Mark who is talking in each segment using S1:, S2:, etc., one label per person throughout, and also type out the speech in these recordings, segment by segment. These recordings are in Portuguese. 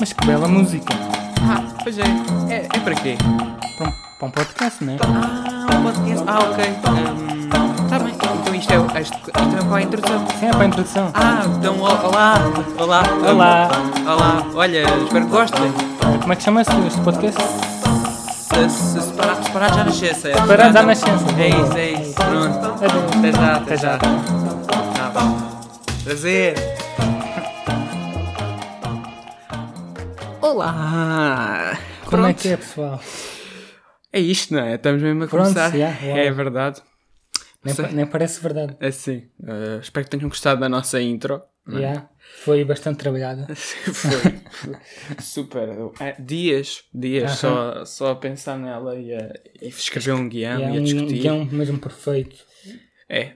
S1: Mas que bela música.
S2: Ah, pois é. É, é para quê?
S1: Para um, para um podcast, não é?
S2: Ah, um podcast. Ah, ok. Está bem. Então isto é, isto, isto é para a introdução.
S1: Sim, é para a introdução.
S2: Ah, então o- olá, olá,
S1: Olá.
S2: olá. Olha, espero que gostem.
S1: Como é que chama-se este podcast?
S2: Se, se separar, separar já nascença.
S1: Separados à nascença.
S2: É isso, é isso. Pronto.
S1: Adeus.
S2: Até já, até
S1: Até já.
S2: já. Tá bom. Prazer. Olá.
S1: Como é
S2: Pronto.
S1: que é, pessoal?
S2: É isto, não é? Estamos mesmo a
S1: Pronto,
S2: começar.
S1: já, já.
S2: É verdade.
S1: Nem,
S2: Sei.
S1: pa- nem parece verdade.
S2: Assim, eh, espero que tenham gostado da nossa intro. não é?
S1: Yeah. Foi bastante trabalhada.
S2: Foi super. eh, dias, dias, só, só a pensar nela e a, e escrever um guião
S1: Yeah,
S2: e a
S1: um
S2: discutir.
S1: guião mesmo perfeito.
S2: É.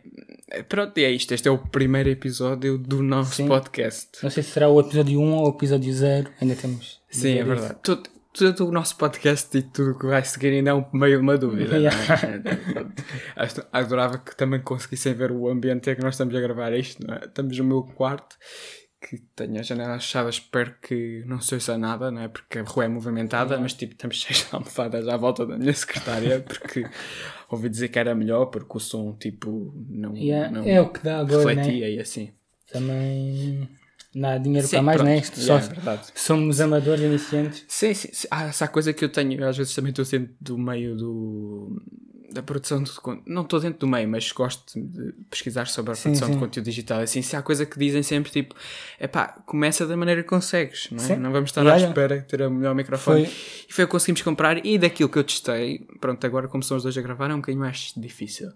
S2: É, Pronto, e é isto. Este é o primeiro episódio do nosso
S1: Sim.
S2: podcast.
S1: Não sei se será o episódio 1 ou o episódio 0. Ainda temos. de
S2: Sim, é
S1: ver
S2: verdade. Todo, todo o nosso podcast e tudo o que vai seguir ainda é um, meio uma dúvida. não é? Acho- Adorava que também conseguissem ver o ambiente em que nós estamos a gravar isto. Não é? Estamos no meu quarto, que tenho as janelas fechadas, espero que não se ouça nada, não é? porque a rua é movimentada, mas tipo, estamos cheios de almofadas à volta da minha secretária, porque ouvi dizer que era melhor, porque o som tipo não,
S1: isso. Yeah,
S2: não
S1: É o que dá agora, né?
S2: refletia e assim.
S1: Também. Não há dinheiro
S2: Sim,
S1: para mais,
S2: pronto.
S1: né? Isto
S2: Yeah,
S1: só-
S2: é verdade.
S1: somos amadores iniciantes.
S2: Sim, sim, Ah, sim. Há, se há coisa que eu tenho, às vezes também estou dentro do meio do, da produção de conteúdo. Não estou dentro do meio, mas gosto de pesquisar sobre a produção
S1: sim.
S2: de conteúdo digital. Assim, se há coisa que dizem sempre, tipo, é pá, começa da maneira que consegues, não é?
S1: Sim.
S2: Não vamos estar
S1: Yeah,
S2: à
S1: yeah.
S2: espera de ter o melhor microfone.
S1: Foi.
S2: E foi o que conseguimos comprar e daquilo que eu testei. Pronto, agora como são os dois a gravar é um bocadinho mais difícil.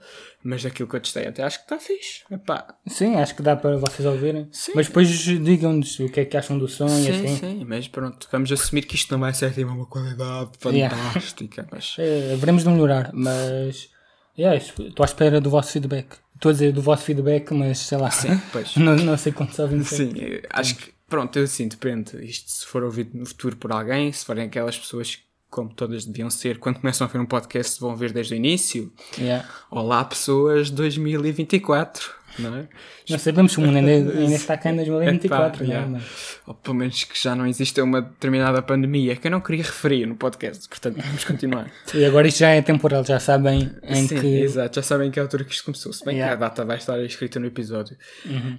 S2: Mas daquilo que eu testei até acho que está fixe. Epá,
S1: Sim, acho que dá para vocês ouvirem.
S2: Sim.
S1: Mas depois digam-nos o que é que acham do som e
S2: sim,
S1: assim.
S2: sim, mas pronto, vamos assumir que isto não vai ser de uma qualidade
S1: Yeah.
S2: fantástica, mas...
S1: Eh, haveremos de melhorar, mas. Yeah, isso, estou à espera do vosso feedback. Estou a dizer do vosso feedback, mas sei lá.
S2: Sim, pois.
S1: não, não sei quantos ouvintes. é.
S2: Sim, eu acho que, pronto, eu assim, depende. Isto se for ouvido no futuro por alguém, se forem aquelas pessoas que, como todas deviam ser, quando começam a ver um podcast, vão ver desde o início.
S1: Yeah.
S2: Olá, pessoas 2024, não é?
S1: Não sabemos se o mundo ainda, é- ainda está cá em 2024, não
S2: Epá,
S1: é?
S2: yeah.
S1: Mas,
S2: Ou pelo menos que já não exista uma determinada pandemia que eu não queria referir no podcast, portanto vamos continuar.
S1: e agora isto já é temporal, já sabem em
S2: Sim,
S1: que.
S2: exato, já sabem que altura que isto começou, se bem
S1: Yeah. Uhum.
S2: que a data vai estar escrita no episódio.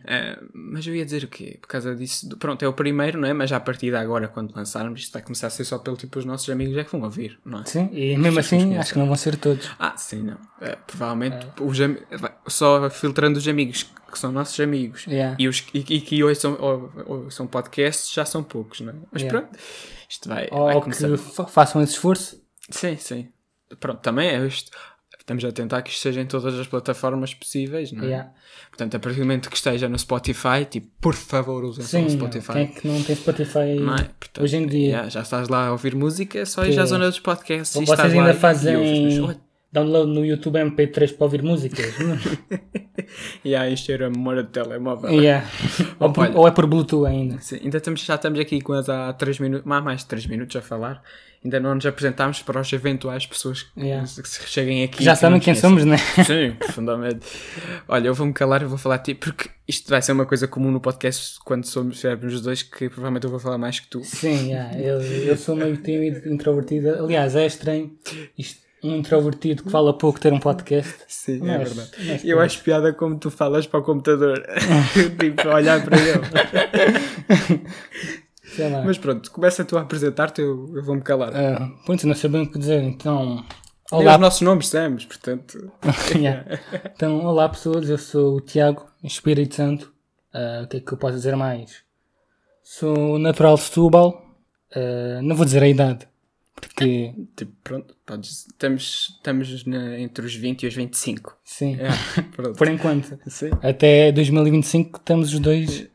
S2: Ah, mas eu ia dizer o quê? Por causa disso, do- pronto, é o primeiro, não é? Mas já a partir de agora, quando lançarmos, isto vai começar a ser só pelo tipo os nossos amigos é que vão ouvir, não é?
S1: Sim, e mesmo assim acho que não vão ser todos.
S2: Ah, sim, não. Ah, provavelmente
S1: É.
S2: os ami- vai- só filtrando os amigos que são nossos amigos
S1: Yeah.
S2: e os que- e, e que hoje são, ou, ou, são podcasts já são poucos, não é? Mas
S1: Yeah.
S2: pronto, isto vai,
S1: Ou,
S2: vai
S1: ou
S2: começar.
S1: que fa- façam esse esforço.
S2: Sim, sim. Pronto, também é isto. Estamos a tentar que isto seja em todas as plataformas possíveis, não é?
S1: Yeah.
S2: Portanto, a partir do momento que esteja no Spotify, tipo, por favor, usem só
S1: Sim,
S2: o Spotify.
S1: quem é que não tem Spotify
S2: Não é? Portanto,
S1: hoje em dia?
S2: yeah, já estás lá a ouvir música, só ires
S1: Que-
S2: à zona dos podcasts e
S1: Vocês
S2: estás lá
S1: ainda
S2: e- e ouves-nos.
S1: fazem
S2: Olha,
S1: download no YouTube MP3 para ouvir músicas? é?
S2: E há isto era a memória do telemóvel.
S1: Yeah. ou, por-
S2: Olha.
S1: ou é por Bluetooth ainda?
S2: Sim, ainda estamos, já estamos aqui quase há 3 minutos, há mais de 3 minutos a falar. Ainda não nos apresentámos para as eventuais pessoas que,
S1: Yeah.
S2: que se cheguem aqui.
S1: Já
S2: que não
S1: sabem quem
S2: conhecem.
S1: somos, né?
S2: Sim, profundamente. Olha, eu vou-me calar e vou falar a ti, porque isto vai ser uma coisa comum no podcast quando somos estivermos os dois, que provavelmente eu vou falar mais que tu.
S1: Sim, yeah, eu, eu sou meio tímido, introvertido. Aliás, é estranho isto, um introvertido que fala pouco ter um podcast.
S2: Sim, é
S1: Mas-
S2: verdade.
S1: mas
S2: eu acho piada como tu falas para o computador. tipo, a olhar para ele.
S1: Sei lá.
S2: Mas pronto, começa tu a apresentar-te, eu, eu vou-me calar.
S1: Ah, pronto, não sei bem o que dizer, então.
S2: Nem
S1: Olá,
S2: os nossos nomes temos, portanto.
S1: Yeah. Então, olá pessoas, eu sou o Tiago, Espírito Santo. Ah, o que é que eu posso dizer mais? Sou natural de Setúbal. Ah, não vou dizer a idade, porque
S2: Tipo, pronto, podes- estamos, estamos na- entre os 20 e os 25.
S1: sim,
S2: É, pronto.
S1: por enquanto.
S2: Sim.
S1: Até 2025 estamos os dois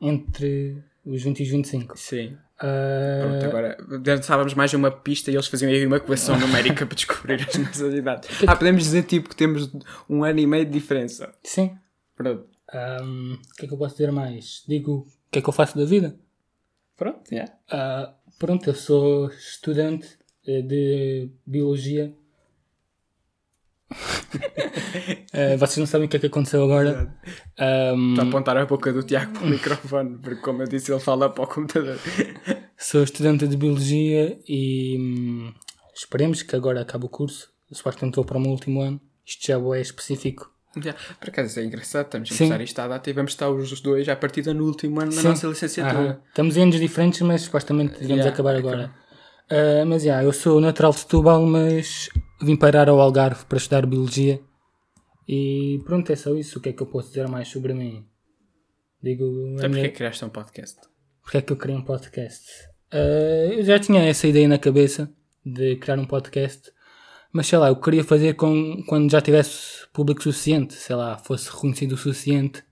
S1: entre os 20 e os 25.
S2: Sim.
S1: Ah,
S2: Pronto, agora dançávamos mais uma pista e eles faziam aí uma equação numérica para descobrir as nossas idades. Ah, podemos dizer tipo que temos um ano e meio de diferença.
S1: sim.
S2: Pronto.
S1: Ah, o que é que eu posso dizer mais? Digo o que é que eu faço da vida?
S2: Pronto, yeah.
S1: Ah, pronto, eu sou estudante eh, de Biologia. Eh, vocês não sabem o que é que aconteceu agora. Ahm,
S2: Hum. Estou a apontar a boca do Tiago para o microfone, porque como eu disse, ele fala para o computador.
S1: Sou estudante de Biologia e hum, esperemos que agora acabe o curso. Supostamente estou para o meu último ano. Isto já é específico.
S2: Já. Por acaso isso é engraçado, estamos a
S1: Sim.
S2: começar isto à data e vamos estar os dois à partida no último ano da
S1: Sim.
S2: nossa licenciatura. Então,
S1: Aham. Estamos em anos diferentes, mas supostamente devemos
S2: Yeah, é
S1: acabar agora. Ah, mas já, eu sou natural de Setúbal, mas vim parar ao Algarve para estudar Biologia. E pronto, é só isso. O que é que eu posso dizer mais sobre mim? Digo, a minha-
S2: Sabe porquê que criaste um podcast?
S1: porque é que eu criei um podcast? Ah, eu já tinha essa ideia na cabeça de criar um podcast, mas sei lá, eu queria fazer com, quando já tivesse público suficiente, sei lá, fosse reconhecido o suficiente,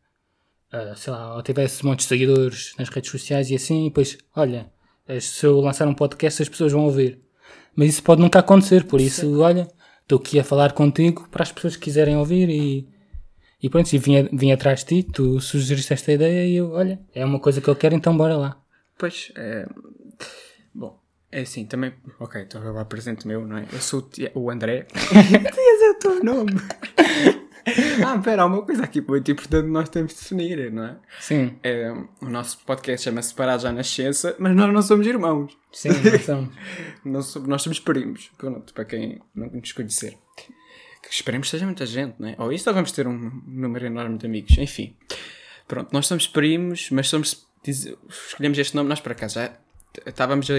S1: ah, sei lá, ou tivesse um monte de seguidores nas redes sociais e assim, e depois, olha, eh, se eu lançar um podcast as pessoas vão ouvir. Mas isso pode nunca acontecer, por isso, olha, estou aqui a falar contigo para as pessoas que quiserem ouvir e. E pronto, e vim, a- vim atrás de ti, tu sugeriste esta ideia e eu, olha, é uma coisa que eu quero, então bora lá.
S2: Pois, é... Bom, é assim, também... Ok, então eu apresento meu, não é? Eu sou o, Ti- o André. Tinhas é o teu nome. ah, pera, há uma coisa aqui muito importante que nós temos de definir, não é?
S1: Sim,
S2: É, o nosso podcast chama-se Parado já Nascença, mas nós não somos irmãos.
S1: sim, nós somos.
S2: Não som- nós somos primos, pronto, para quem não nos conhecer. Que esperemos que seja muita gente, não é? Ou isso ou vamos ter um número enorme de amigos, enfim. Pronto, nós somos primos, mas somos. diz- escolhemos este nome, nós para acaso já t- estávamos a,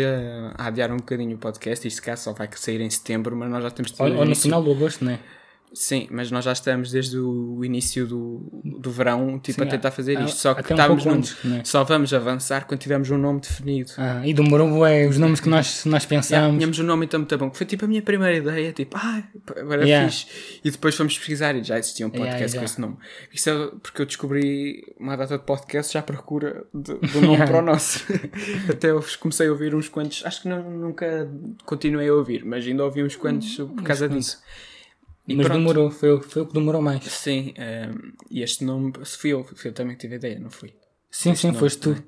S2: a adiar um bocadinho o podcast, isto cá só vai sair em setembro, mas nós já temos
S1: Ou, ou no
S2: início-
S1: final do agosto, não é?
S2: Sim, mas nós já estamos desde o início do, do verão, tipo,
S1: Sim,
S2: a tentar
S1: a-
S2: fazer
S1: a-
S2: isto. Só que
S1: até um
S2: estávamos
S1: pouco
S2: num-
S1: antes, não é?
S2: só vamos avançar quando tivermos um nome definido.
S1: Ah, e demorou é os nomes que nós, nós
S2: Yeah,
S1: pensámos.
S2: tínhamos um nome então muito bom, que foi tipo a minha primeira ideia, tipo, ah, agora
S1: Yeah.
S2: fiz. E depois fomos pesquisar e já existia um podcast
S1: Yeah, yeah.
S2: com esse nome. Isso é porque eu descobri uma data de podcast já à procura de- do nome para o nosso. Até eu comecei a ouvir uns quantos, acho que não, nunca continuei a ouvir, mas ainda ouvi uns quantos por causa disso. E
S1: mas
S2: pronto.
S1: demorou, foi, o- foi o que demorou mais.
S2: Sim, ehm, e este nome, se fui eu, fui eu também que tive a ideia, não fui?
S1: Sim, sim, foste tu.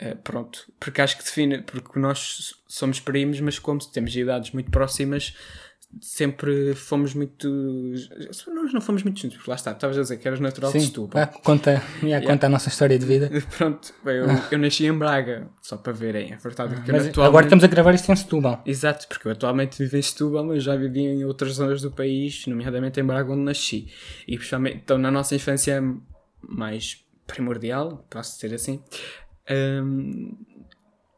S2: Eh, pronto, porque acho que define, porque nós somos primos, mas como temos idades muito próximas, sempre fomos muito. Nós não fomos muito juntos, porque lá está, estavas a dizer que eras natural de
S1: Sim,
S2: Setúbal.
S1: ah, conta, yeah, conta a nossa história de vida.
S2: Pronto, eu, eu nasci em Braga, só para verem, é verdade. que eu
S1: Mas
S2: atualmente-
S1: agora estamos a gravar isto em Setúbal.
S2: Exato, porque eu atualmente vivo em Setúbal, mas já vivi em outras zonas do país, nomeadamente em Braga, onde nasci. E principalmente, então, na nossa infância mais primordial, posso dizer assim, hum,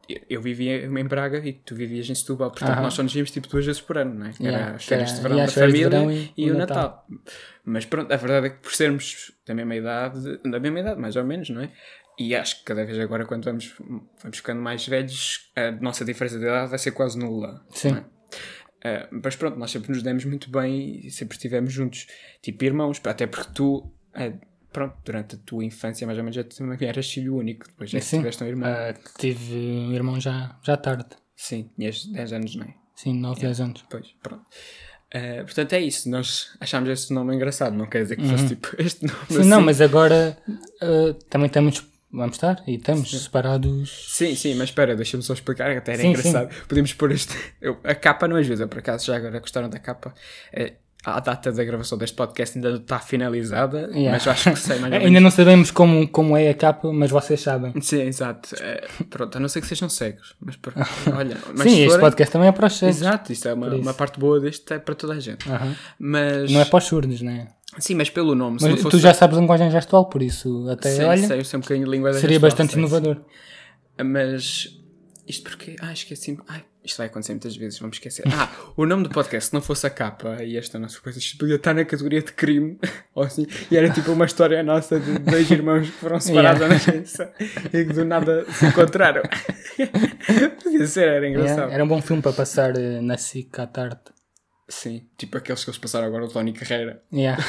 S2: eu- eu vivia em Braga e tu vivias em Setúbal, portanto
S1: Aham.
S2: nós só nos víamos tipo duas vezes por ano, não é? Que
S1: Yeah,
S2: era as férias
S1: que
S2: de
S1: era-
S2: verão
S1: e
S2: da
S1: as férias de
S2: família
S1: verão
S2: e,
S1: e
S2: o
S1: o
S2: Natal. Mas pronto, a verdade é que por sermos da mesma idade, da mesma idade mais ou menos, não é? E acho que cada vez agora, quando vamos, vamos ficando mais velhos, a nossa diferença de idade vai ser quase nula.
S1: Sim.
S2: não é? Ah, mas pronto, nós sempre nos demos muito bem e sempre estivemos juntos, tipo irmãos, até porque tu, ah, pronto, durante a tua infância, mais ou menos, já também eras filho único, depois já
S1: Sim.
S2: tiveste um irmão.
S1: Ah, tive um irmão já, já tarde.
S2: Sim, tinhas 10 anos, não é?
S1: Sim, 9, 10 anos.
S2: Pois, pronto. Ah, portanto, é isso. Nós achámos este nome engraçado. Não quer dizer que fosse tipo este nome.
S1: Uhum. Sim, não, mas agora ah, também estamos, vamos estar e estamos separados.
S2: Sim, sim, mas espera, deixa-me só explicar, que até era
S1: Sim,
S2: engraçado. Podemos pôr este. eu- a capa não ajuda, por acaso já agora gostaram da capa. Eh, a data da gravação deste podcast ainda não está finalizada,
S1: Yeah.
S2: mas eu acho que sei mais ou menos.
S1: Ainda não sabemos como, como é a capa, mas vocês sabem.
S2: Sim, exato. Eh, pronto, a não ser que sejam cegos, mas pronto, olha. Mas
S1: Sim,
S2: se
S1: este
S2: forem-
S1: podcast também é para os cegos.
S2: Exato, isto é uma, uma parte boa deste, é para toda a gente.
S1: Aham.
S2: Mas.
S1: Não é para os surdos, né?
S2: Sim, mas pelo nome. se não
S1: Mas
S2: fosse
S1: tu já sabes a linguagem gestual, por isso até
S2: Sei,
S1: olha,
S2: sei, eu sei um bocadinho de língua
S1: seria
S2: gestual,
S1: bastante
S2: sei.
S1: inovador.
S2: Mas isto porque. Ah, esqueci-me. Ai, isto vai acontecer muitas vezes, vamos esquecer. Ah, o nome do podcast, se não fosse a capa e esta nossa coisa, isto podia estar na categoria de crime. Ou assim, e era tipo uma história nossa de dois irmãos que foram separados
S1: Yeah.
S2: à nascença e que do nada se encontraram. podia ser, era engraçado.
S1: Yeah, Era um bom filme para passar eh, na SIC à tarde.
S2: Sim, tipo aqueles que eles passaram agora, o Tony Carreira.
S1: Yeah.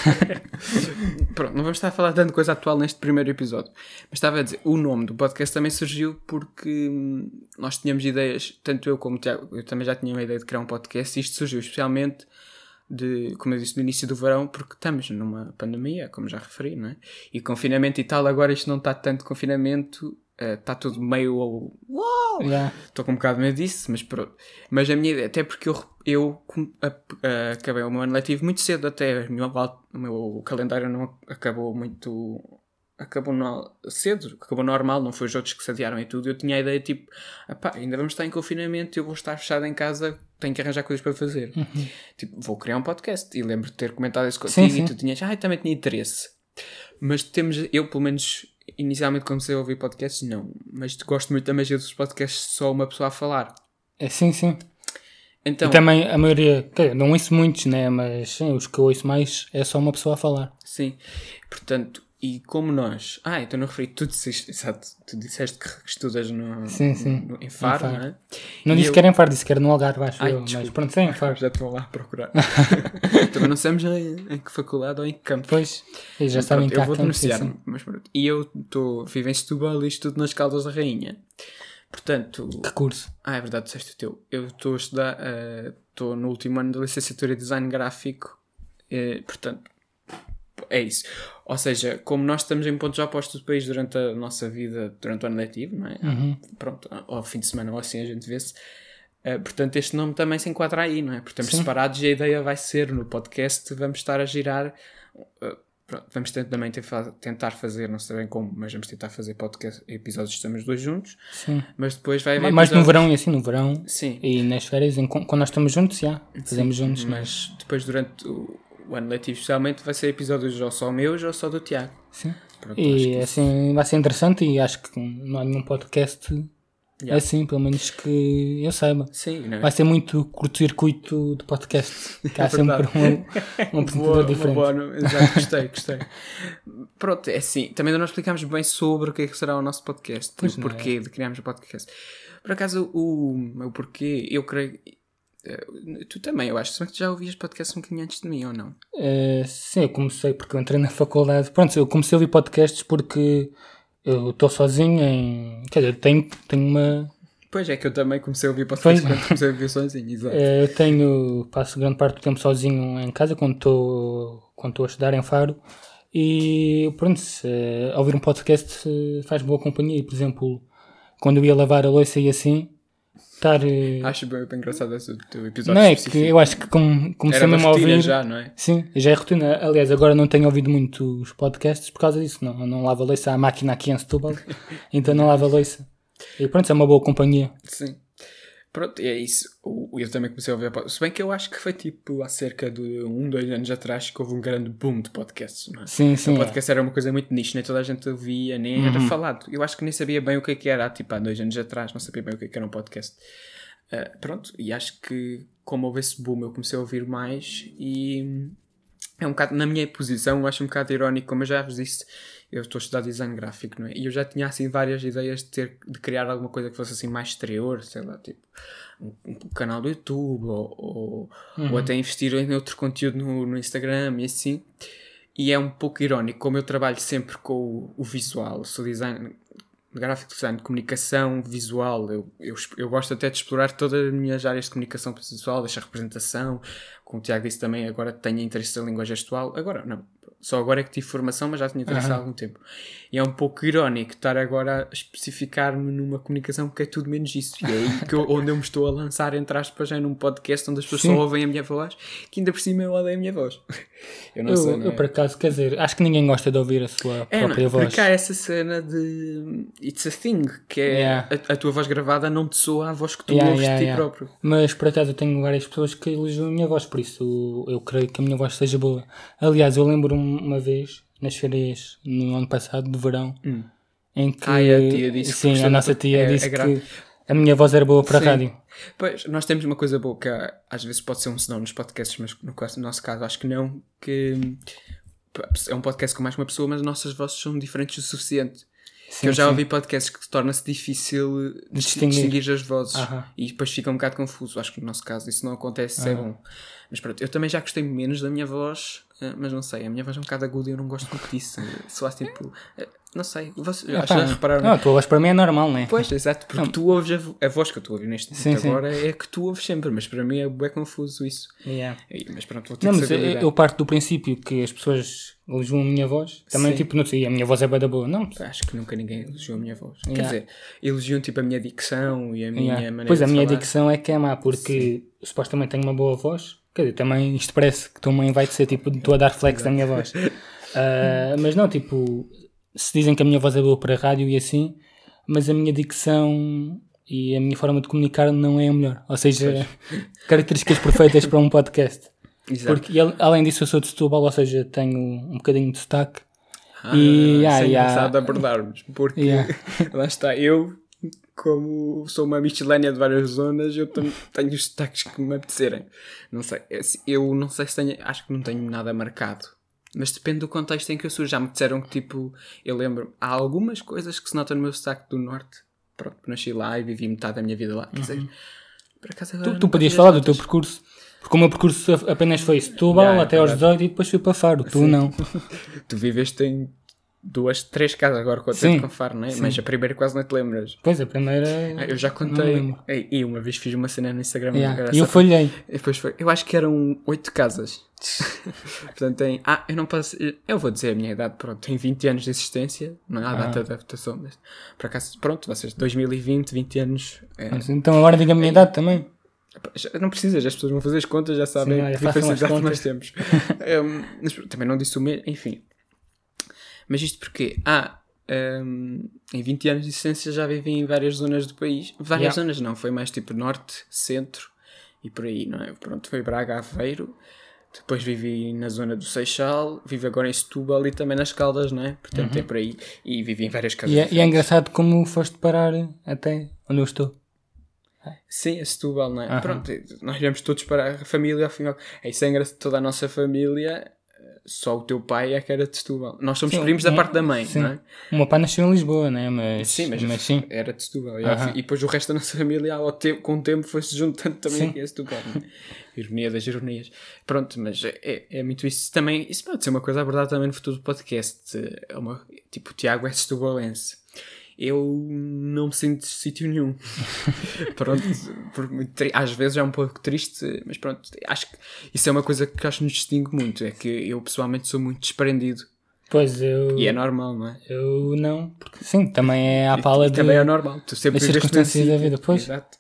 S2: Pronto, não vamos estar a falar tanto coisa atual neste primeiro episódio. Mas estava a dizer, o nome do podcast também surgiu porque hum, nós tínhamos ideias, tanto eu como o Tiago, eu também já tinha uma ideia de criar um podcast e isto surgiu especialmente de, como eu disse, no início do verão, porque estamos numa pandemia, como já referi, não é? E confinamento e tal, agora isto não está tanto confinamento, eh, está tudo meio ao
S1: Yeah.
S2: Estou com um bocado de medo disso, mas pronto. Mas a minha ideia, até porque eu, eu com- a- a- acabei o meu ano letivo muito cedo, até o meu, val- o meu calendário não acabou muito acabou no... cedo, acabou normal, não foi os outros que sadiaram e tudo. Eu tinha a ideia tipo, "Epá, ainda vamos estar em confinamento, eu vou estar fechado em casa, tenho que arranjar coisas para fazer. Tipo, vou criar um podcast. E lembro de ter comentado isso contigo
S1: Uhum. sim.
S2: e tu tinhas, ah, eu também tinha interesse. Mas temos, eu pelo menos inicialmente comecei a ouvir podcasts, não. Mas gosto muito da magia dos podcasts, só uma pessoa a falar.
S1: É, sim, sim.
S2: Então,
S1: E também a maioria, quer dizer, não ouço muitos, né? Mas sim, os que eu ouço mais é só uma pessoa a falar.
S2: Sim, portanto, e como nós. Ah, então não referi, tu disseste, exato, tu disseste que estudas no,
S1: Sim, sim,
S2: no- em Faro,
S1: em Faro.
S2: não é?
S1: Não
S2: E
S1: disse
S2: eu-
S1: que era em Faro, disse que era no Algarve, acho
S2: Ai,
S1: eu. Mas
S2: desculpa.
S1: pronto, sim, em Faro.
S2: Já estou lá a procurar. Também não sabemos em, em que faculdade ou em que campo.
S1: Depois, e já sabem
S2: Pronto,
S1: que há
S2: eu vou
S1: tanto assim, isso.
S2: denunciar, mas pronto. E eu tô, vivo em Setúbal e estudo nas Caldas da Rainha. Portanto,
S1: Que curso?
S2: ah, é verdade, disseste o teu. Eu estou a estudar, eh, estou no último ano da licenciatura em design gráfico, eh, portanto, é isso. Ou seja, como nós estamos em pontos opostos do país durante a nossa vida, durante o ano letivo, não é? Pronto, ao fim de semana ou assim a gente vê-se. Eh, portanto, este nome também se enquadra aí, não é? Porque estamos separados e a ideia vai ser no podcast, vamos estar a girar. eh, pronto, vamos ter- também ter fa- tentar fazer, não sei bem como, mas vamos tentar fazer podcast, episódios, estamos os dois juntos.
S1: Sim.
S2: Mas depois vai haver.
S1: Mas no
S2: episódios-
S1: verão e assim, no verão.
S2: Sim.
S1: E nas férias, em- quando nós estamos juntos, já. Fazemos juntos, né? mas.
S2: mas depois durante o, o ano letivo especialmente vai ser episódios ou só meus ou só do Tiago.
S1: Sim.
S2: Pronto, acho
S1: E
S2: que-
S1: assim vai ser interessante e acho que não há nenhum podcast
S2: Yeah.
S1: assim, pelo menos que eu saiba.
S2: Sim, não é?
S1: Vai ser muito curto-circuito de podcast. Que há
S2: É
S1: sempre
S2: verdade.
S1: um, um apresentador
S2: Boa- uma
S1: diferente.
S2: boa no- Exato, gostei, gostei. Pronto, é assim, também ainda não explicámos bem sobre o que é que será o nosso podcast e o
S1: não é.
S2: porquê de criarmos o podcast. Por acaso, o, o porquê, eu creio. eh, Tu também, eu acho. Se bem que tu já ouvias podcast um bocadinho antes de mim, ou não?
S1: Eh, sim, eu comecei porque eu entrei na faculdade. Pronto, eu comecei a ouvir podcasts porque eu estou sozinho em. Quer dizer, tenho, tenho uma.
S2: Pois é, que eu também comecei a ouvir podcast
S1: Pois.
S2: quando comecei a ouvir sozinho, exato.
S1: Eh, Eu tenho, passo grande parte do tempo sozinho em casa quando estou quando estou a estudar em Faro e pronto, se, eh, ouvir um podcast eh, faz boa companhia. E, Por exemplo, quando eu ia lavar a louça e assim, estar. eh,
S2: Acho bem, bem engraçado esse teu episódio.
S1: Não é que
S2: específico.
S1: eu acho que com, comecei
S2: Era uma
S1: mesmo a
S2: rotina
S1: ouvir.
S2: já, não é?
S1: Sim, já é rotina. Aliás, agora não tenho ouvido muito os podcasts por causa disso. Não, não lavo a louça. Há máquina aqui em Setúbal, então não lavo a louça. E pronto, é uma boa companhia.
S2: Sim. Pronto, e é isso. O- Eu também comecei a ouvir podcast. Se bem que eu acho que foi tipo há cerca de um, dois anos atrás que houve um grande boom de podcasts, não é?
S1: Sim, sim.
S2: O
S1: é. Uhum.
S2: podcast era uma coisa muito nicho, nem toda a gente ouvia, nem era falado. Eu acho que nem sabia bem o que é que era, tipo há dois anos atrás, não sabia bem o que é que era um podcast. Ah, pronto, e acho que como houve esse boom eu comecei a ouvir mais e hum, é um bocado, na minha posição, eu acho um bocado irónico, como eu já vos disse, eu estou a estudar design gráfico, não é? E eu já tinha assim várias ideias de, ter, de criar alguma coisa que fosse assim mais exterior, sei lá, tipo um, um canal do YouTube ou, ou, ou até investir em outro conteúdo no, no Instagram e assim. E é um pouco irónico, como eu trabalho sempre com o, o visual, sou design, gráfico design, comunicação visual, eu, eu, exp- eu gosto até de explorar todas as minhas áreas de comunicação visual, deixar representação, como o Tiago disse também, agora tenho interesse na língua gestual, agora não, só agora é que tive formação, mas já tinha interesse há algum tempo. E é um pouco irónico estar agora a especificar-me numa comunicação que é tudo menos isso, e é aí que eu- onde eu me estou a lançar, entre aspas, já num podcast onde as pessoas
S1: Sim.
S2: só ouvem a minha voz, que ainda por cima eu odeio a minha voz. Eu não
S1: Eu,
S2: sei, não
S1: eu,
S2: é?
S1: por acaso, quer dizer, acho que ninguém gosta de ouvir a sua
S2: É, não,
S1: própria
S2: é?
S1: voz.
S2: porque há essa cena de It's a Thing, que é
S1: Yeah.
S2: a, a tua voz gravada não te soa a voz que tu
S1: Yeah,
S2: ouves
S1: yeah,
S2: de ti
S1: yeah.
S2: próprio.
S1: Mas por acaso eu tenho várias pessoas que elogiam a minha voz, por isso eu creio que a minha voz seja boa. Aliás, eu lembro-me uma vez, nas férias, no ano passado, de verão,
S2: Hum.
S1: em que.
S2: Ai, Ah, é, a tia disse que
S1: Sim,
S2: gostou
S1: a
S2: da
S1: nossa
S2: tua-
S1: tia
S2: é- é
S1: disse
S2: grave.
S1: que a minha voz era boa para
S2: Sim.
S1: a rádio.
S2: Pois, nós temos uma coisa boa que ah, às vezes pode ser um senão nos podcasts, mas no caso- no nosso caso acho que não, que hum, é um podcast com mais uma pessoa, mas as nossas vozes são diferentes o suficiente.
S1: Sim,
S2: Que eu já
S1: sim.
S2: ouvi podcasts que torna-se difícil eh, distinguir,
S1: Distinguir.
S2: as vozes
S1: Aham.
S2: e depois fica um bocado confuso. Acho que no nosso caso isso não acontece, isso é bom. Mas pronto, eu também já gostei menos da minha voz, eh, mas não sei, a minha voz é um bocado aguda e eu não gosto muito disso. Só tipo, eh, não sei, vocês,
S1: Ah,
S2: acho que já repararam.
S1: Não, a tua voz para mim é normal, não é?
S2: Pois, exato, porque tu ouves a, vo- a voz que eu estou a ouvir neste momento
S1: Sim, sim.
S2: agora é a que tu ouves sempre, mas para mim é bem confuso isso.
S1: Yeah.
S2: E- Mas pronto, vou ter
S1: Não,
S2: que
S1: mas eu,
S2: saber lidar.
S1: eu parto do princípio que as pessoas elogiam a minha voz. Também,
S2: Sim.
S1: tipo, não sei, a minha voz é bué da boa. Não,
S2: Acho que nunca ninguém elogiou a minha voz. Quer
S1: Yeah.
S2: dizer, elogiam tipo a minha dicção e a minha
S1: Yeah.
S2: maneira
S1: Pois
S2: de
S1: a minha
S2: falar.
S1: dicção é que é má, porque supostamente tenho uma boa voz. Quer dizer, também isto parece que tua mãe vai ser tipo, estou a dar flex da minha voz. Ah, mas não, tipo, se dizem que a minha voz é boa para rádio e assim, mas a minha dicção e a minha forma de comunicar não é a melhor. Ou seja, características perfeitas para um podcast.
S2: Exato.
S1: Porque al- além disso eu sou de Setúbal, ou seja, tenho um bocadinho de sotaque.
S2: Ah,
S1: E-
S2: isso
S1: ah,
S2: é
S1: e há-
S2: engraçado abordarmos, porque
S1: Yeah.
S2: lá está, eu, como sou uma miscelânea de várias zonas, eu tam- tenho os sotaques que me apetecerem. Não sei, esse- eu não sei se tenho, acho que não tenho nada marcado. Mas depende do contexto em que eu sou. Já me disseram que, tipo, eu lembro, há algumas coisas que se notam no meu sotaque do norte. Pronto, nasci lá e vivi metade da minha vida lá. Quer dizer, por acaso agora
S1: Uhum. Tu,
S2: não
S1: tu
S2: me
S1: podias
S2: as
S1: falar do teu
S2: notas.
S1: percurso, porque o meu percurso a- apenas foi Setúbal
S2: Yeah, é
S1: até aos 18 e depois fui para Faro. Tu não.
S2: Tu viveste em duas, três casas agora com a
S1: Sim,
S2: Tente Confar, não é? Mas a primeira quase não te lembras.
S1: Pois, é, a primeira.
S2: Ah, Eu já
S1: Não
S2: contei.
S1: lembro.
S2: Ei, E uma vez fiz uma cena no Instagram.
S1: Yeah.
S2: engraçada.
S1: E eu falhei.
S2: E depois foi. Eu acho que eram oito casas. Portanto, tem. Ah, eu não posso. Eu vou dizer a minha idade, pronto. Tem 20 anos de existência. Não
S1: Ah.
S2: há data de adaptação. Mas, por acaso, pronto, vocês, 2020, 20 anos. é,
S1: Mas Então agora diga a minha idade também.
S2: já- não precisas, as pessoas vão fazer as contas, já sabem
S1: olha,
S2: que
S1: façam as
S2: diferenças de idade
S1: contas.
S2: nós temos. Hum, mas pronto, também não disse o mesmo, enfim. Mas isto porque, ah, hum, em 20 anos de licença já vivi em várias zonas do país. Várias
S1: Yeah.
S2: zonas não, foi mais tipo norte, centro e por aí, não é? Pronto, foi Braga, Aveiro. Depois vivi na zona do Seixal, vivo agora em Setúbal e também nas Caldas, não é? Portanto, é por aí. E vivi em várias casas.
S1: Uhum. E é, e é
S2: diferentes.
S1: engraçado como foste parar até onde eu estou.
S2: Sim, a Setúbal, não é? Pronto, nós viemos todos para a família, ao final. É isso é engraçado, toda a nossa família, eh, só o teu pai é que era de Setúbal. Nós somos
S1: Sim,
S2: primos da
S1: é-
S2: parte da mãe,
S1: sim.
S2: não é?
S1: O meu pai nasceu em Lisboa, né? Mas,
S2: Sim, mas,
S1: sim.
S2: era de Setúbal. E,
S1: Aham.
S2: ao fi- e depois o resto da nossa família, ao tempo, com o tempo, foi-se juntando também
S1: Sim.
S2: aqui a Setúbal. não é? Ironia das ironias. Pronto, mas é- é, é muito isso. Também, isso pode ser uma coisa abordada também no futuro do podcast. É uma- tipo, o Tiago é setubalense. Eu não me sinto de sítio nenhum. pronto, por muito tri- às vezes é um pouco triste, mas pronto, acho que isso é uma coisa que acho que nos distingue muito. É que eu pessoalmente sou muito desprendido.
S1: Pois eu.
S2: E é normal, não é?
S1: Eu não. Porque, sim, também é à pala
S2: E
S1: de.
S2: também é normal. Tu sempre
S1: das
S2: viveste
S1: circunstâncias da
S2: nesse
S1: vida, pois.
S2: Exato.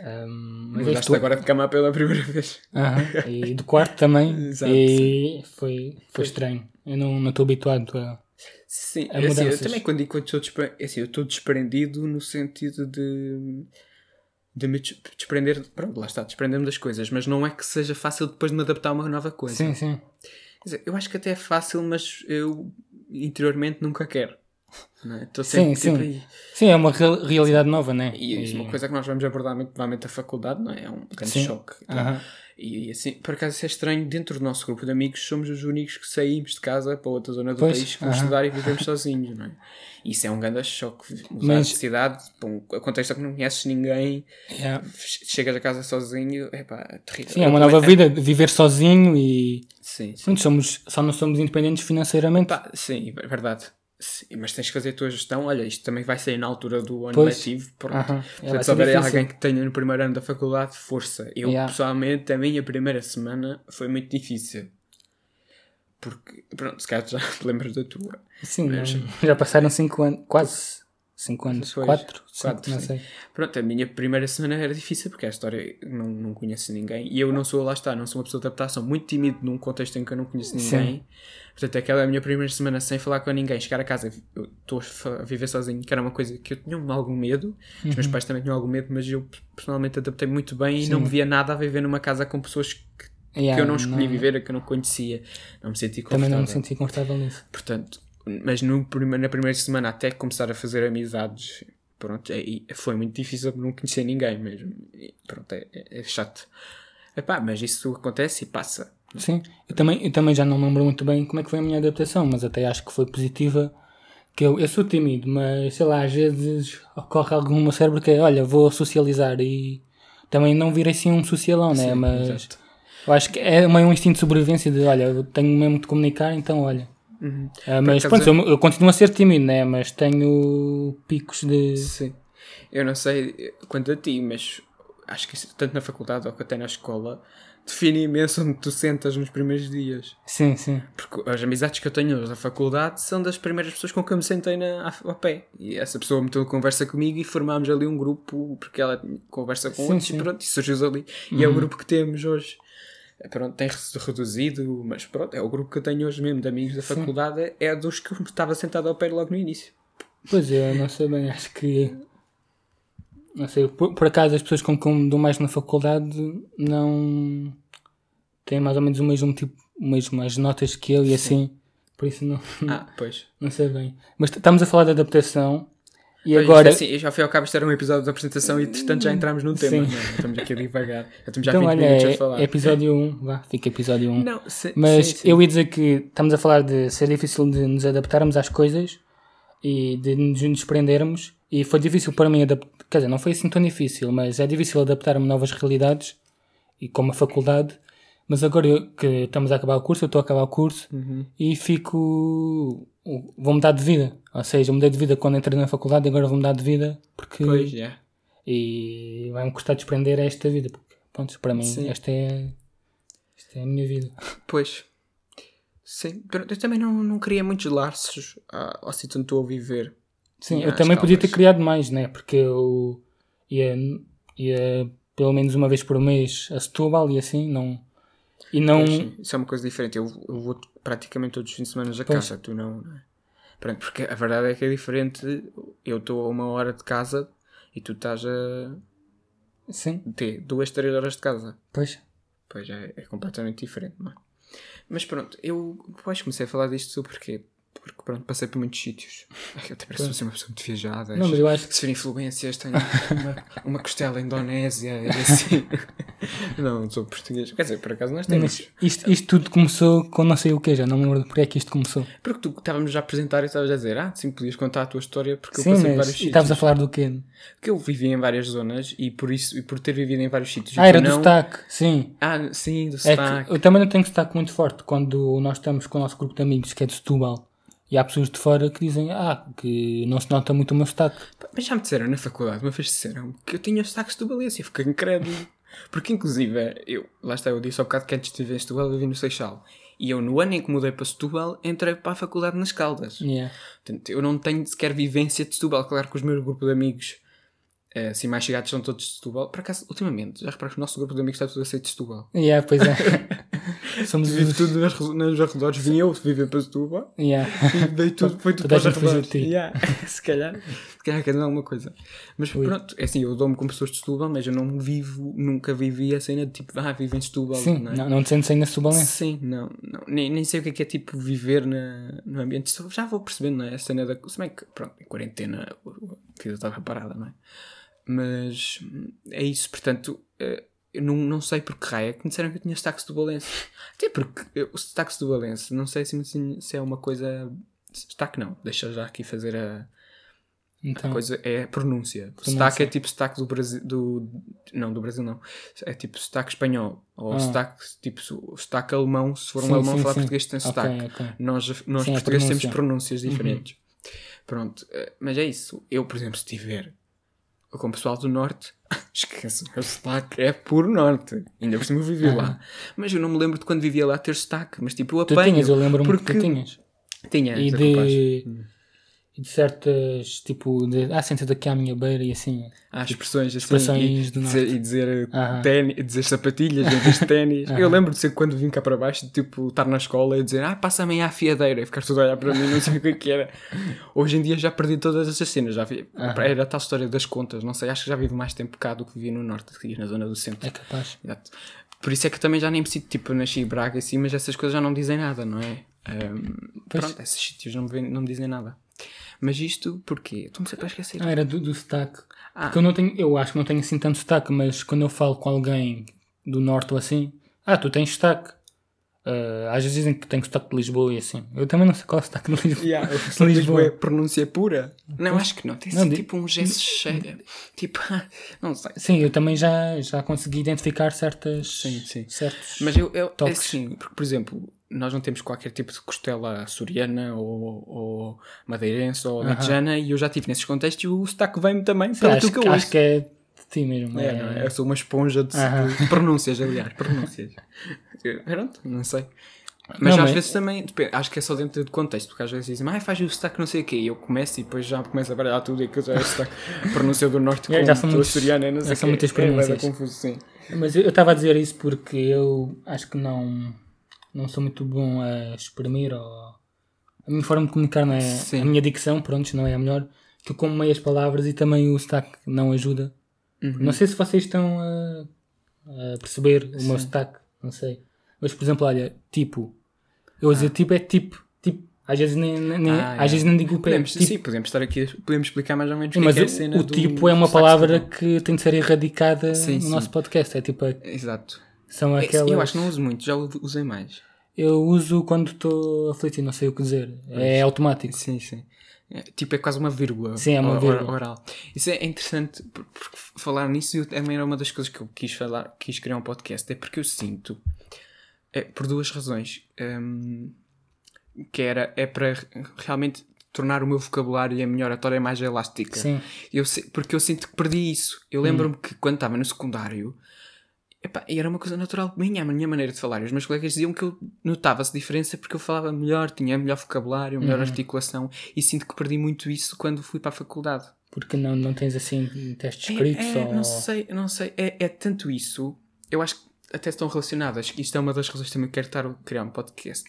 S1: Ahm, mas
S2: Mudaste
S1: estou-
S2: agora de cama pela primeira vez.
S1: Aham, E do quarto também.
S2: Exato,
S1: e foi, foi estranho. Eu não não estou habituado a.
S2: Sim,
S1: A
S2: assim, eu
S1: é mudanças.
S2: também quando digo que estou desprendido, assim, eu estou desprendido no sentido de, de me des- desprender, pronto, lá está, desprender-me das coisas, mas não é que seja fácil depois de me adaptar a uma nova coisa.
S1: Sim, sim.
S2: Quer dizer, eu acho que até é fácil, mas eu interiormente nunca quero. não é? Estou
S1: Sim,
S2: sempre
S1: sim.
S2: tipo aí.
S1: Sim, é uma real- realidade nova, né?
S2: E isso é uma coisa que nós vamos abordar muito provavelmente a faculdade, não é? É um grande
S1: Sim. Ah,
S2: choque.
S1: Aham.
S2: E assim, por acaso isso é estranho, dentro do nosso grupo de amigos somos os únicos que saímos de casa para outra zona do
S1: Pois,
S2: país, que vamos
S1: aham.
S2: estudar e vivemos sozinhos, não é? Isso é um grande choque, mudar
S1: Mas-
S2: de cidade, para um contexto em que não conheces ninguém,
S1: Yeah.
S2: che- chegas a casa sozinho, epá, é terrível.
S1: Sim, é uma
S2: Eu
S1: nova
S2: também-
S1: vida, de viver sozinho e.
S2: Sim, sim.
S1: Pronto, somos, só não somos independentes financeiramente.
S2: Pá, sim, é verdade. Sim, mas tens que fazer a tua gestão, olha, isto também vai sair na altura do ano
S1: Pois.
S2: letivo, pronto.
S1: Aham. É, vai
S2: Portanto, se
S1: ser
S2: houver
S1: difícil.
S2: alguém que tenha no primeiro ano da faculdade, força. Eu,
S1: Yeah.
S2: pessoalmente, a minha primeira semana foi muito difícil. Porque, pronto, se calhar tu já te lembras da tua.
S1: Sim,
S2: Mas-
S1: não- já passaram 5 anos, quase 5 anos,
S2: Pois,
S1: 4,
S2: quatro,
S1: não
S2: sim.
S1: sei.
S2: Pronto, a minha primeira semana era difícil porque a história não, não conheço ninguém. E eu não sou, lá está, não sou uma pessoa de adaptação, muito tímido num contexto em que eu não conheço ninguém. Portanto, aquela é minha primeira semana sem falar com ninguém, chegar a casa, eu estou a fa- a viver sozinho, que era uma coisa que eu tinha algum medo. Os
S1: Uhum.
S2: meus pais também tinham algum medo, mas eu personalmente adaptei muito bem e não me via nada a viver numa casa com pessoas que que
S1: Yeah, é.
S2: eu não escolhi viver, que eu não conhecia, não me senti confortável.
S1: Também não me senti confortável nisso.
S2: Portanto, mas no prime- na primeira semana até começar a fazer amizades, pronto, aí foi muito difícil não conhecer ninguém mesmo. E pronto, é, é- é chato. Epá, mas isso acontece e passa.
S1: Sim, eu também, eu também já não me lembro muito bem como é que foi a minha adaptação, mas até acho que foi positiva. Que eu, eu sou tímido, mas sei lá, às vezes ocorre algo no meu cérebro que é, olha, vou socializar e também não virei assim um socialão, né?
S2: Sim,
S1: mas
S2: exato.
S1: eu acho que é meio um instinto de sobrevivência de, olha, eu tenho mesmo de comunicar, então olha.
S2: Uhum.
S1: Ah, mas
S2: acaso
S1: pronto, eu, eu continuo a ser tímido, né? Mas tenho picos de.
S2: Sim. Eu não sei quanto a ti, mas acho que isso, tanto na faculdade ou até na escola, define imenso onde tu sentas nos primeiros dias.
S1: Sim, sim.
S2: Porque as amizades que eu tenho hoje na faculdade são das primeiras pessoas com quem eu me sentei na, a- ao pé. E essa pessoa meteu a conversa comigo e formámos ali um grupo, porque ela conversa com
S1: Sim, Uhum.
S2: outros
S1: sim.
S2: e pronto, e surgiu ali. E é o grupo que temos hoje. Pronto, tem-se reduzido, mas pronto, é o grupo que eu tenho hoje mesmo de amigos da
S1: Sim.
S2: faculdade, é dos que eu estava sentado ao pé logo no início.
S1: Pois é, não sei bem, acho que. Não sei, por, por acaso as pessoas com quem me dou mais na faculdade não. têm mais ou menos o mesmo tipo, o mesmo, as notas que eu e assim. Por isso não,
S2: Ah, pois.
S1: não sei bem. Mas t- estamos a falar de adaptação e
S2: Pois,
S1: agora. Hum,
S2: isto é assim, eu já fui ao cabo, isto era um episódio da apresentação e, portanto, já entramos num tema.
S1: Sim.
S2: não é? Estamos aqui a divagar. Já estamos já
S1: então,
S2: 20
S1: olha,
S2: minutos a
S1: é,
S2: falar.
S1: é episódio 1, vá, fica episódio 1.
S2: Não, se-
S1: Mas
S2: sim, sim.
S1: eu ia dizer que estamos a falar de ser difícil de nos adaptarmos às coisas e de nos desprendermos. E foi difícil para mim adaptar. Quer dizer, não foi assim tão difícil, mas é difícil adaptar-me a novas realidades e como a faculdade. Mas agora eu- que estamos a acabar o curso, eu estou a acabar o curso
S2: Uhum.
S1: e fico. Vou mudar de vida. Ou seja, eu mudei de vida quando entrei na faculdade e agora vou mudar de vida porque.
S2: Pois, é.
S1: E vai-me custar desprender a esta vida. Porque, pronto, para mim,
S2: Sim.
S1: esta é. Esta é a minha vida.
S2: Pois. Sim, pero eu também não, não queria muitos laços ah, ao sítio onde estou a viver.
S1: Sim,
S2: Tinha
S1: eu
S2: as
S1: também podia ter
S2: calmas.
S1: criado mais, né? Porque eu ia, ia pelo menos uma vez por mês a Setúbal e assim, não. E não.
S2: Pois, sim, isso é uma coisa diferente. Eu, eu vou praticamente todos os fins de semana a
S1: Pois.
S2: casa, tu não. não é? Pronto, porque a verdade é que é diferente. Eu estou a uma hora de casa e tu estás a
S1: Sim,
S2: ter duas, três horas de casa.
S1: pois.
S2: Pois é, é completamente diferente, não é? Mas pronto, eu depois comecei a falar disto porque, porque pronto, passei por muitos sítios. Ai, Eu até pareço ser uma pessoa muito viajada.
S1: Não, mas eu acho que.
S2: Se for influências, tenho uma, uma costela indonésia e assim. não, não sou português. Quer dizer, por acaso nós temos.
S1: Mas isto, isto tudo começou com não sei o que já, não me lembro de porque é que isto começou.
S2: Porque tu estávamos já a apresentar e estavas a dizer, ah, sim, podias contar a tua história porque
S1: Sim,
S2: eu passei por
S1: mas.
S2: vários
S1: E
S2: sítios.
S1: estavas a falar do quê?
S2: Porque eu vivi em várias zonas e por isso, e por ter vivido em vários sítios. e
S1: Ah,
S2: tu
S1: era do
S2: Tipo, não...
S1: sotaque, sim.
S2: Ah, sim, do
S1: É
S2: sotaque.
S1: que eu também não tenho sotaque muito forte quando nós estamos com o nosso grupo de amigos que é de Setúbal e há pessoas de fora que dizem ah, que não se nota muito o meu sotaque.
S2: Mas já me disseram na faculdade, uma vez disseram que eu tinha sotaques de Belém, assim, eu fiquei incrédulo. Porque, inclusive, eu, lá está, eu disse há bocado que antes de viver em Setúbal, eu vim no Seixal. E eu, no ano em que mudei para Setúbal, entrei para a faculdade nas Caldas.
S1: Yeah.
S2: Portanto, eu não tenho sequer vivência de Setúbal. Claro que os meus grupos de amigos, eh, assim, mais chegados, são todos de Setúbal. Por acaso, ultimamente, já reparaste que o nosso grupo de amigos está tudo a sair de Setúbal.
S1: Yeah, pois é. Somos
S2: Vive
S1: os.
S2: tudo nas, nos arredores. Vim eu viver para Setúbal.
S1: Yeah.
S2: E dei tudo, foi tudo
S1: Toda
S2: para
S1: a gente
S2: os
S1: fugiu
S2: arredores.
S1: de ti.
S2: Yeah. se calhar, se calhar cada um alguma coisa. Mas pronto, é assim, eu dou-me com pessoas de Setúbal, mas eu não vivo, nunca vivi a cena de tipo, ah, vivo em Setúbal.
S1: Sim,
S2: não é?
S1: não, não te sentes ainda subalense.
S2: Sim, não, não. Nem, nem sei o que é que é tipo viver na, no ambiente. Só- Já vou percebendo, não é? A cena da. Se bem que, pronto, em quarentena a vida estava parada, não é? Mas hum, é isso, portanto, eh, eu não, não sei por que raio é que me disseram que eu tinha sotaque do Balenço. Até porque eh, o sotaque do Balenço, não sei se, se é uma coisa. Sotaque não, deixa já aqui fazer a
S1: Então,
S2: coisa é a pronúncia.
S1: Pronúncia.
S2: Sotaque é tipo sotaque do Brasil. Do, não, do Brasil não. É tipo sotaque espanhol. Ou
S1: Ah.
S2: sotaque, tipo, so- sotaque alemão. Se for um
S1: Sim,
S2: alemão
S1: sim,
S2: falar
S1: sim.
S2: português, tem
S1: Ok,
S2: sotaque.
S1: ok.
S2: Nós, nós
S1: Sim, é a
S2: portugueses
S1: pronúncia. Uhum.
S2: temos pronúncias diferentes. Pronto, eh, mas é isso. Eu, por exemplo, se tiver com o pessoal do Norte, esqueço, o meu sotaque é puro Norte. Ainda por cima eu vivi lá. Mas eu não me lembro de quando vivia lá ter sotaque. Mas tipo, eu
S1: Ah. tu
S2: apanho.
S1: tinhas, eu lembro-me que
S2: porque-
S1: tu tinhas.
S2: Tinha,
S1: E
S2: era capaz.
S1: de, e de certas, tipo, de, ah, senta daqui à minha beira e assim.
S2: Há expressões assim.
S1: expressões
S2: e,
S1: do
S2: dizer, e dizer,
S1: Aham.
S2: ténis- e dizer sapatilhas em vez de ténis. Eu lembro de ser quando vim cá para baixo, de, tipo, estar na escola e dizer, ah, passa amanhã à fiadeira. E ficar tudo a olhar para mim, não sei o que é que era. Hoje em dia já perdi todas essas cenas. Já vi, Era a tal história das contas, não sei. Acho que já vivo mais tempo cá do que vivi no norte, aqui na zona do centro.
S1: É capaz.
S2: Exato. Por isso é que eu também já nem me sinto, tipo, eu nasci em Braga e assim, mas essas coisas já não me dizem nada, não é? Ahm,
S1: Pois.
S2: pronto, esses sítios não me, vêm- não me dizem nada. Mas isto porquê? Estou-me sempre a esquecer.
S1: Ah, era do, do sotaque.
S2: Ah.
S1: Porque eu não tenho, eu acho que não tenho assim tanto sotaque, mas quando eu falo com alguém do norte ou assim, ah, tu tens sotaque. Ah, às vezes dizem que tenho sotaque de Lisboa e assim. Eu também não sei qual é o sotaque de Lisboa.
S2: Yeah,
S1: de Lisboa.
S2: é pronúncia pura? Não, acho que não. Tem
S1: Não,
S2: sido
S1: di-
S2: tipo um gesso cheio. Tipo, não sei.
S1: Sim, eu também já, já consegui identificar certas.
S2: Sim, sim.
S1: Certos.
S2: Mas eu, eu é
S1: Toques.
S2: assim, porque, por exemplo, nós não temos qualquer tipo de costela açoriana ou, ou madeirense ou alentejana e eu já estive nesses contextos e o sotaque vem-me também
S1: Sim,
S2: pelo
S1: acho,
S2: que eu
S1: que-
S2: ouço.
S1: acho que é de ti mesmo.
S2: É, não é? Eu sou uma esponja de, de
S1: Aham.
S2: pronúncias, aliás, pronúncias. Eu- Pronto, não sei. Mas
S1: Não,
S2: às
S1: mas-
S2: vezes também, depende, acho que é só dentro de contexto, porque às vezes dizem, ah, faz o sotaque não sei o quê, e eu começo e depois já começo a baralhar tudo e que eu já é sotaque pronúncia do norte
S1: Já-
S2: com
S1: É, já são
S2: do
S1: muitos-
S2: açoriano e não
S1: já
S2: sei o
S1: são
S2: quê.
S1: muitas
S2: É, vai dar
S1: pronúncias. Tipo,
S2: confuso, sim.
S1: Mas eu eu estava a dizer isso porque eu acho que não, não sou muito bom a exprimir ou. A minha forma de comunicar não é.
S2: Sim.
S1: A minha dicção, pronto, não é a melhor. Que eu como meias palavras e também o sotaque não ajuda.
S2: Uhum.
S1: Não sei se vocês estão a, a perceber o meu sotaque, não sei. Mas, por exemplo, olha, tipo. Eu a dizer tipo é tipo. tipo. Às vezes nem, nem- nem-
S2: Ah,
S1: às
S2: é.
S1: vezes nem digo o pé.
S2: Podemos,
S1: tipo.
S2: Sim, podemos estar aqui, podemos explicar mais ou menos o que é
S1: Mas
S2: que é a
S1: o-
S2: cena
S1: o
S2: do-
S1: tipo é uma
S2: do
S1: palavra
S2: saxofone.
S1: que tem de ser erradicada
S2: Sim,
S1: no
S2: sim.
S1: nosso podcast. É tipo, a-
S2: Exato.
S1: são
S2: Esse
S1: aquelas.
S2: Eu acho que não uso muito, já u- usei mais.
S1: Eu uso quando estou aflito e não sei o que dizer. É automático.
S2: Sim, sim. É, Tipo, é quase uma vírgula.
S1: Sim, é uma
S2: o- o-
S1: vírgula.
S2: Oral. Isso é interessante, por- porque f- falar nisso eu- também era uma das coisas que eu quis falar, quis criar um podcast, é porque eu sinto, é, por duas razões, hum, que era, é para re- realmente tornar o meu vocabulário e a minha oratória mais elástica.
S1: Sim.
S2: Eu se- porque eu sinto que perdi isso. Eu lembro-me que quando estava no secundário, epá, era uma coisa natural minha, a minha maneira de falar. E Os meus colegas diziam que eu notava-se diferença porque eu falava melhor, tinha melhor vocabulário, melhor articulação. E sinto que perdi muito isso quando fui para a faculdade.
S1: Porque não, não tens assim testes
S2: É-
S1: escritos
S2: é,
S1: ou.
S2: Não sei, não sei. É, é tanto isso. Eu acho que até estão relacionadas. Isto é uma das razões também que quero estar a criar um podcast.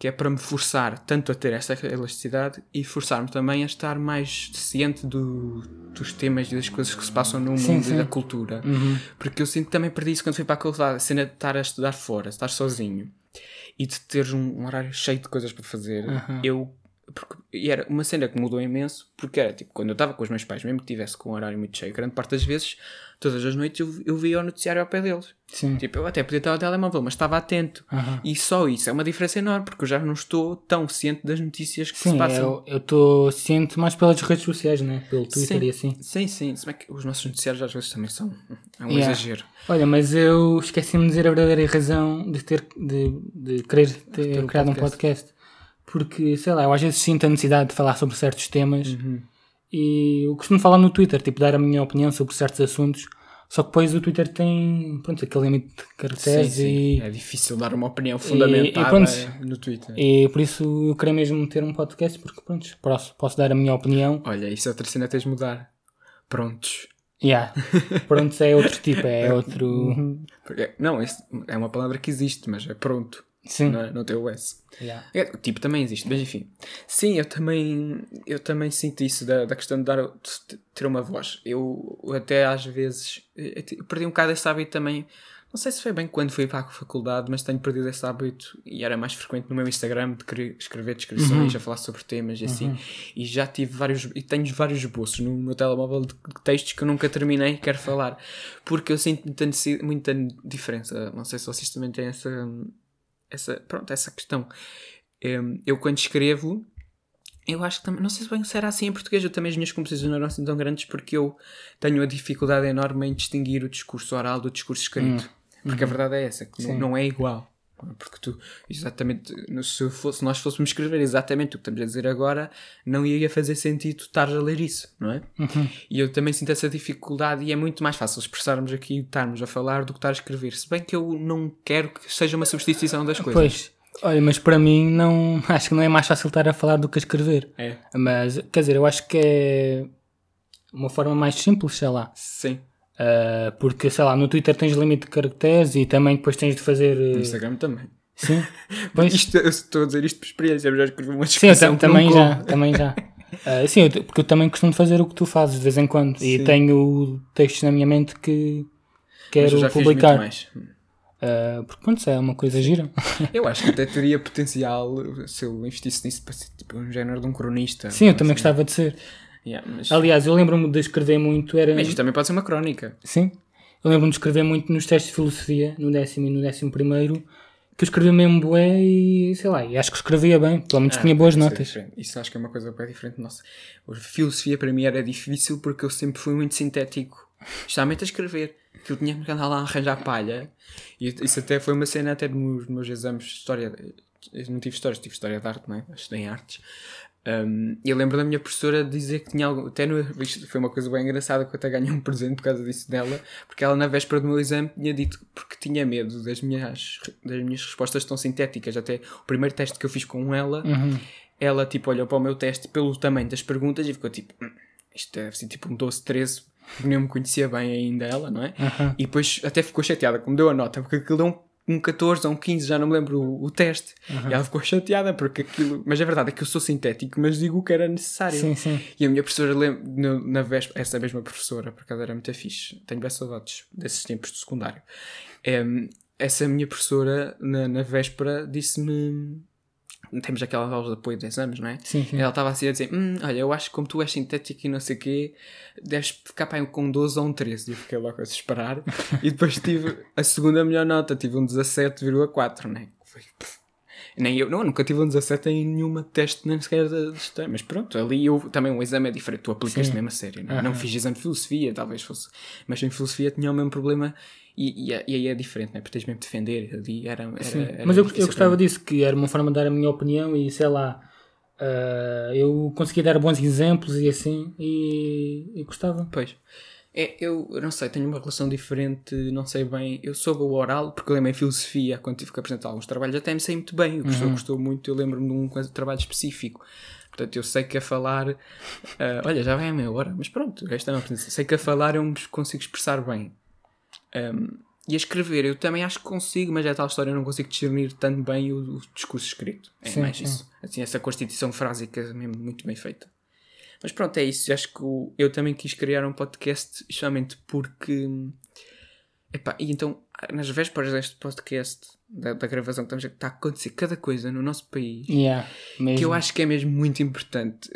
S2: Que é para me forçar tanto a ter essa elasticidade e forçar-me também a estar mais ciente do- dos temas e das coisas que se passam no
S1: Sim,
S2: mundo
S1: sim. Uhum.
S2: e da cultura. Porque eu sinto que também perdi isso quando fui para a faculdade. A cena de estar a estudar fora, estar sozinho e de teres um, um horário cheio de coisas para fazer.
S1: Aham.
S2: Eu. Porque, e era uma cena que mudou imenso, porque era tipo, quando eu estava com os meus pais, mesmo que tivesse com um horário muito cheio, grande parte das vezes, todas as noites eu, eu via o noticiário ao pé deles.
S1: Sim.
S2: Tipo, eu até podia estar ao telemóvel, mas estava atento.
S1: Aham.
S2: E só isso é uma diferença enorme, porque eu já não estou tão ciente das notícias que se
S1: Sim, é
S2: passam.
S1: eu estou ciente mais pelas redes sociais, né? Pelo Twitter
S2: sim,
S1: e assim.
S2: Sim, sim. Se bem que os nossos noticiários às vezes também são. É um
S1: Yeah.
S2: exagero.
S1: Olha, mas eu esqueci-me de dizer a verdadeira razão de ter de, de querer ter
S2: um
S1: criado um podcast. Porque, sei lá, eu às vezes sinto a necessidade de falar sobre certos temas e eu costumo falar no Twitter, tipo, dar a minha opinião sobre certos assuntos. Só que depois o Twitter tem, pronto, aquele limite de
S2: Sim,
S1: caracteres
S2: sim.
S1: e,
S2: É difícil dar uma opinião
S1: e
S2: fundamentada
S1: pronto.
S2: no Twitter.
S1: E por isso eu queria mesmo ter um podcast, porque pronto, posso, posso dar a minha opinião.
S2: Olha, isso é outra cena que tens de mudar. Prontos.
S1: Yeah. Pronto, é outro tipo, é outro.
S2: Porque- não, isso é uma palavra que existe, mas é pronto.
S1: Sim.
S2: Não, é- não tem o S.
S1: Yeah.
S2: É, o tipo também existe, mas enfim. Sim, eu também, eu também sinto isso da, da questão de, dar, de ter uma voz. Eu até às vezes eu te- perdi um bocado esse hábito também. Não sei se foi bem quando fui para a faculdade, mas tenho perdido esse hábito e era mais frequente no meu Instagram de querer escrever descrições, a falar sobre temas e assim. E já tive vários, e tenho vários bolsos no meu telemóvel de textos que eu nunca terminei e quero falar. Porque eu sinto muita, necessi- muita diferença. Não sei se vocês também têm essa, essa, pronto, essa questão. Em, Eu quando escrevo, eu acho que também, não sei se bem se era assim em português, eu também as minhas composições não eram assim tão grandes porque eu tenho a dificuldade enorme em distinguir o discurso oral do discurso escrito. Porque a verdade é essa, que não, não é igual. Porque tu, exatamente, no- se, eu fosse, se nós fôssemos escrever exatamente o que estamos a dizer agora, não ia fazer sentido estar a ler isso, não é? E eu também sinto essa dificuldade e é muito mais fácil expressarmos aqui e estarmos a falar do que estar a escrever. Se bem que eu não quero que seja uma substituição das coisas.
S1: Pois, olha, mas para mim não acho que não é mais fácil estar a falar do que a escrever.
S2: É.
S1: Mas, quer dizer, eu acho que é uma forma mais simples, sei lá.
S2: Sim.
S1: Ah, porque, sei lá, no Twitter tens limite de caracteres e também depois tens de fazer. eh,
S2: No Instagram também.
S1: Sim. Pois.
S2: Isto, eu estou a dizer isto por experiência, eu já escrevi uma
S1: Sim, eu
S2: descrição.
S1: tam-
S2: que não
S1: também
S2: coube.
S1: já, também já. Ah, sim, eu t- porque eu também costumo fazer o que tu fazes de vez em quando e
S2: Sim.
S1: tenho textos na minha mente que
S2: Mas eu
S1: quero
S2: já fiz muito
S1: publicar.
S2: mais. Hum.
S1: Ah, porque pronto, é uma coisa gira.
S2: Eu acho que até teria potencial se eu investisse nisso para ser tipo um género de um cronista.
S1: Sim, eu também gostava de ser.
S2: Yeah, mas,
S1: Aliás, eu lembro-me de escrever muito, era.
S2: mas isto também pode ser uma crónica.
S1: Sim. Eu lembro-me de escrever muito nos testes de filosofia, no décimo e no décimo primeiro, que eu escrevi mesmo bué e sei lá, e acho que escrevia bem, pelo menos tinha boas
S2: Isso é
S1: notas.
S2: diferente. Isso acho que é uma coisa bem diferente nossa. A filosofia para mim era difícil porque eu sempre fui muito sintético. Justamente a escrever. Que eu tinha que andar lá a arranjar palha. E isso até foi uma cena até nos meus exames de história. Eu não tive histórias, tive história de arte, não é? Eu Estudei artes. Um, eu lembro da minha professora dizer que tinha algo. Até no, isto foi uma coisa bem engraçada que eu até ganhei um presente por causa disso dela, porque ela na véspera do meu exame tinha dito porque tinha medo das minhas, das minhas respostas tão sintéticas. Até o primeiro teste que eu fiz com ela,
S1: Uhum.
S2: ela tipo olhou para o meu teste pelo tamanho das perguntas e ficou tipo: "Hum, isto deve ser tipo um 12, 13, porque nem me conhecia bem ainda ela, não é?
S1: Aham.
S2: E depois até ficou chateada, como deu a nota, porque aquilo deu um, um 14 ou um 15, já não me lembro o, o teste. E ela ficou chateada, porque aquilo. Mas a verdade é que eu sou sintético, mas digo o que era necessário.
S1: Sim, sim.
S2: E a minha professora, lem- no- na véspera, essa mesma professora, por acaso era muito fixe, tenho bem saudades desses tempos de secundário. Em, essa minha professora, na, na véspera, disse-me. Temos aquela aula de apoio de exames, não é?
S1: Sim, sim.
S2: Ela estava assim a dizer: "Hum, Olha, eu acho que como tu és sintético e não sei o quê, deves ficar para aí com um 12 ou um 13. E eu fiquei logo a desesperar. e depois tive a segunda melhor nota, tive um 17,4, né? Foi, pff, Nem eu, não, nunca tive um 17 em nenhuma teste, nem sequer da de história. Mas pronto, ali eu também o exame é diferente, tu aplicas mesmo a sério. Não, é? não fiz exame de filosofia, talvez fosse, mas em filosofia tinha o mesmo problema e, e, e aí é diferente, né? Porque tens mesmo de defender ali. Era, era,
S1: Sim,
S2: era
S1: mas eu,
S2: difícil
S1: eu gostava
S2: para mim.
S1: disso, que era uma forma de dar a minha opinião e sei lá, ah, eu conseguia dar bons exemplos e assim, e, e gostava.
S2: Pois. É, eu eu não sei, tenho uma relação diferente, não sei bem. Eu soube o oral, porque eu lembro em filosofia, quando tive que apresentar alguns trabalhos, até me sei muito bem. O
S1: Uhum.
S2: professor gostou muito, eu lembro-me de um coisa- trabalho específico. Portanto, eu sei que a falar. ah, olha, já vai a meia hora, mas pronto, esta é uma apresentação. Sei que a falar eu me consigo expressar bem. Ahm, e a escrever, eu também acho que consigo, mas é tal história, eu não consigo discernir tanto bem o, o discurso escrito. É
S1: Sim,
S2: mais
S1: sim.
S2: isso. Assim, essa constituição frásica é mesmo muito bem feita. Mas pronto, é isso. Acho que o- eu também quis criar um podcast justamente porque. Epá, e então, nas vésperas deste podcast, da, da gravação que estamos a está a acontecer cada coisa no nosso país
S1: Yeah, mesmo.
S2: que eu acho que é mesmo muito importante.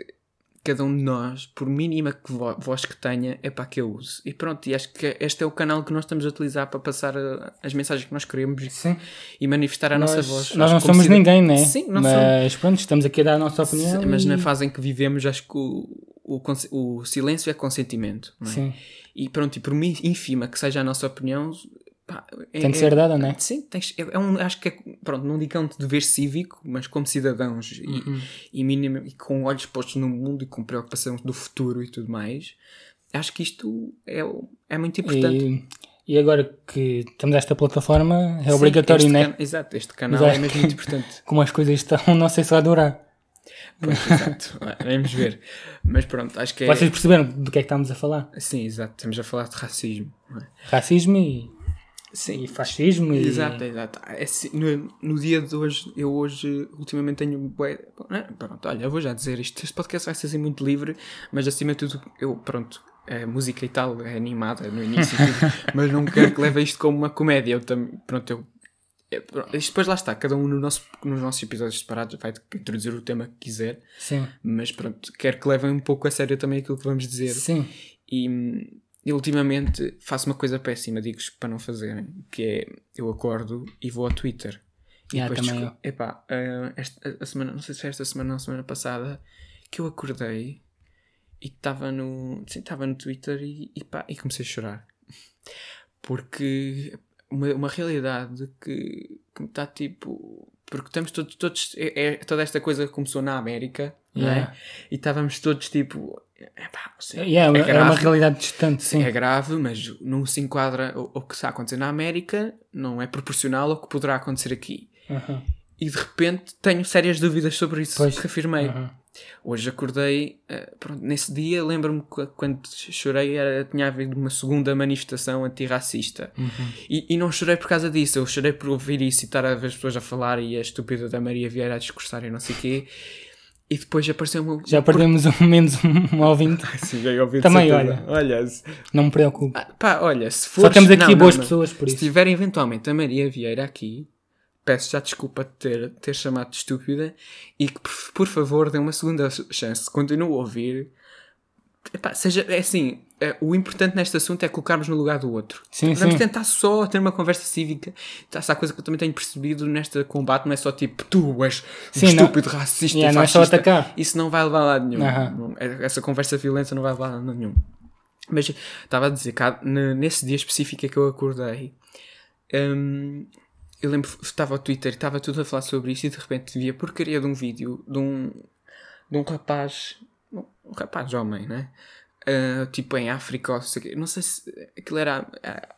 S2: Cada um de nós, por mínima que vo- voz que tenha, é para que eu use. E pronto, e acho que este é o canal que nós estamos a utilizar para passar a- as mensagens que nós queremos e-
S1: Sim.
S2: e manifestar a
S1: Nós,
S2: nossa voz.
S1: nós
S2: Acho
S1: não
S2: que como
S1: somos
S2: cidad-
S1: ninguém, né?
S2: Sim, não somos.
S1: Mas pronto, estamos aqui a dar a nossa opinião.
S2: Mas
S1: e-
S2: na fase em que vivemos, acho que o, o, conse- o silêncio é consentimento. não é?
S1: Sim,
S2: E pronto, e por mim, ínfima que seja a nossa opinião, pá, é-
S1: tem de
S2: é-
S1: ser dada, né?
S2: Sim, tens, é, é um, acho que é, pronto, não digo que é um dever cívico, mas como cidadãos e-
S1: Uhum.
S2: e, mínimo, e com olhos postos no mundo e com preocupação do futuro e tudo mais, acho que isto é, o- é muito importante.
S1: E, e agora que temos esta plataforma, é
S2: Sim,
S1: obrigatório,
S2: este
S1: né?
S2: can- exato, este canal
S1: Mas acho
S2: é mesmo
S1: que-
S2: muito importante.
S1: Como as coisas estão, não sei se vai durar.
S2: Pois, exato, Vai, vamos ver. Mas pronto, acho que é.
S1: Vocês perceberam do que é que estamos a falar?
S2: Sim, exato, estamos a falar de racismo. não é?
S1: Racismo e,
S2: Sim,
S1: e fascismo e...
S2: Exato, exato. É assim, no, no dia de hoje, eu hoje, ultimamente tenho. bué- né, Pronto, olha, eu vou já dizer isto. Este podcast vai ser assim muito livre, mas acima de tudo, eu, pronto, a música e tal é animada no início, e tudo, mas não quero que leve isto como uma comédia. Eu também, pronto, eu. é, pronto, Isto depois lá está, cada um no nosso, nos nossos episódios separados vai introduzir o tema que quiser,
S1: Sim,
S2: mas pronto, quero que levem um pouco a sério também aquilo que vamos dizer.
S1: sim.
S2: E hum, eu ultimamente faço uma coisa péssima, digo-vos para não fazerem, que é eu acordo e vou ao Twitter. E
S1: Yeah, também
S2: desco- Epá, ah, esta, a semana, não sei se foi esta semana ou a semana passada, que eu acordei e estava no, sim, estava no Twitter e, e pá, e comecei a chorar. Porque uma, uma realidade que, que me está tipo. Porque estamos todos. todos é, é- toda esta coisa começou na América, não
S1: Yeah.
S2: é? E estávamos todos tipo. Epá, sim,
S1: Yeah,
S2: é
S1: era uma
S2: grave.
S1: realidade distante, sim.
S2: É grave, mas não se enquadra. O, o que está a acontecer na América não é proporcional ao que poderá acontecer aqui.
S1: Aham.
S2: E de repente tenho sérias dúvidas sobre isso
S1: Pois.
S2: que afirmei.
S1: Aham.
S2: Hoje acordei, eh, pronto, nesse dia lembro-me que quando chorei era, tinha havido uma segunda manifestação antirracista.
S1: Uhum.
S2: E, e não chorei por causa disso, eu chorei por ouvir isso e estar a ver as pessoas a falar e a estúpida da Maria Vieira a discursar e não sei o quê. E depois apareceu uma.
S1: Já perdemos um, menos um ouvinte,
S2: Sim, já ouvi de
S1: Também,
S2: certeza. Olha, se-
S1: não me preocupe.
S2: Ah, pá, olha, se for.
S1: Só temos aqui boas pessoas, por
S2: Se
S1: isso.
S2: tiver eventualmente a Maria Vieira aqui, peço já desculpa de ter, ter chamado de estúpida e que, por, por favor, dê uma segunda chance. Continuo a ouvir. Epá, seja, é assim, é, o importante neste assunto é colocarmos no lugar do outro.
S1: Sim,
S2: Vamos
S1: sim.
S2: tentar só ter uma conversa cívica. Essa coisa que eu também tenho percebido neste combate não é só tipo tu és um
S1: Sim, não-
S2: estúpido, racista,
S1: Yeah,
S2: e
S1: não é só
S2: fascista.
S1: atacar.
S2: Isso não vai levar a lado nenhum.
S1: Aham.
S2: Não- é, Essa conversa violenta não vai levar a lado nenhum. Mas estava a dizer que há- ne- nesse dia específico é que eu acordei, hum, eu lembro, estava ao Twitter, estava tudo a falar sobre isso e de repente vi a porcaria de um vídeo de um, de um rapaz, um rapaz homem, né? Ah, tipo em África ou sei o quê. não sei se aquilo era,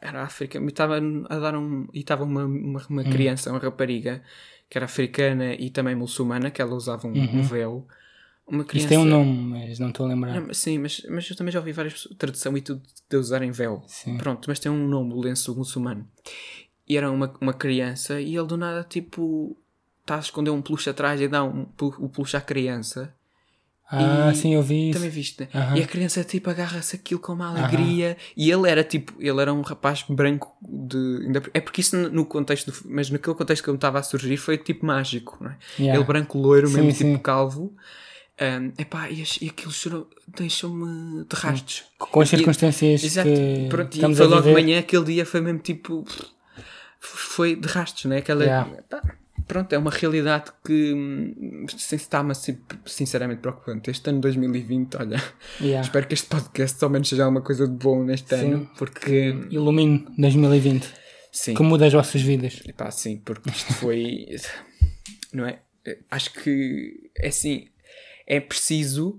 S2: era África, mas estava a dar um. e estava uma, uma, uma
S1: Hum.
S2: criança, uma rapariga, que era africana e também muçulmana, que ela usava um, um
S1: Uhum.
S2: véu. Uma
S1: Isto
S2: criança.
S1: tem um nome, mas não estou a lembrar.
S2: Não, mas sim, mas, mas eu também já ouvi várias pessoas- tradução e tudo de usarem véu.
S1: Sim.
S2: Pronto, mas tem um nome, o lenço muçulmano. E era uma, uma criança e ele do nada, tipo, está a esconder um peluche atrás e dá um, pelu- o peluche à criança.
S1: Ah,
S2: E
S1: sim, eu vi isso.
S2: Também viste? né?
S1: Aham.
S2: E a criança, tipo, agarra-se aquilo com uma alegria. E ele era, tipo, ele era um rapaz branco de... ainda por- É porque isso no contexto, do- mas naquele contexto que ele estava a surgir foi, tipo, mágico, não é?
S1: Yeah.
S2: Ele branco loiro, mesmo
S1: Sim,
S2: tipo
S1: sim.
S2: calvo. Ahm, epá, e, ach- e aquilo chorou, deixou-me de rastos.
S1: Com as circunstâncias
S2: Exato.
S1: Hum. que
S2: Pronto, e
S1: estamos
S2: foi
S1: a
S2: logo de
S1: viver.
S2: manhã, aquele dia foi mesmo tipo. pff, Foi de rastos, né? Aquela.
S1: Yeah.
S2: pá, Pronto, é uma realidade que hum, sin- está-me assim, sinceramente preocupante. Este ano 2020, olha,
S1: Yeah.
S2: espero que este podcast ao menos seja alguma coisa de bom neste
S1: Sim.
S2: ano, porque
S1: Ilumine 2020.
S2: sim,
S1: Que muda as vossas vidas.
S2: Epá, sim, porque isto foi. não é? Acho que é assim. É preciso.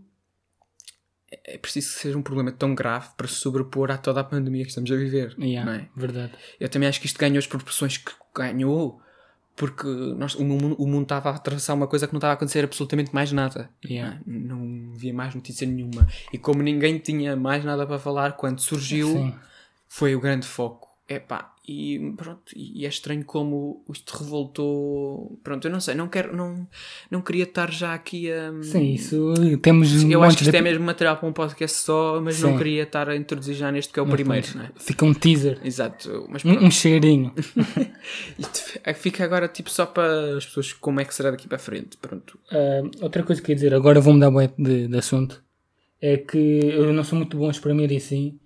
S2: É preciso que seja um problema tão grave para se sobrepor a toda a pandemia que estamos a viver.
S1: Yeah,
S2: Não é?
S1: Verdade.
S2: Eu também acho que isto ganhou as proporções que ganhou porque nós, o, mundo, o mundo estava a atravessar uma coisa que não estava a acontecer absolutamente mais nada.
S1: Yeah.
S2: Não, não havia mais notícia nenhuma. E como ninguém tinha mais nada para falar, quando surgiu,
S1: Sim.
S2: foi o grande foco. Epá, e pronto, e e é estranho como isto revoltou. Pronto, eu não sei, não quero, não, não queria estar já aqui a.
S1: Sim, isso temos
S2: Hum. Eu
S1: um
S2: acho
S1: monte
S2: que isto
S1: de...
S2: é mesmo material para um podcast só, mas
S1: Sim.
S2: não queria estar a introduzir já neste que é o primeiro, não é?
S1: Fica um teaser.
S2: Exato, mas pronto.
S1: Um, um cheirinho.
S2: Isto é que fica agora tipo só para as pessoas como é que será daqui para a frente. Pronto.
S1: Ah, outra coisa que eu ia dizer, agora vou mudar bué de, de assunto, é que eu não sou muito bom a exprimir assim,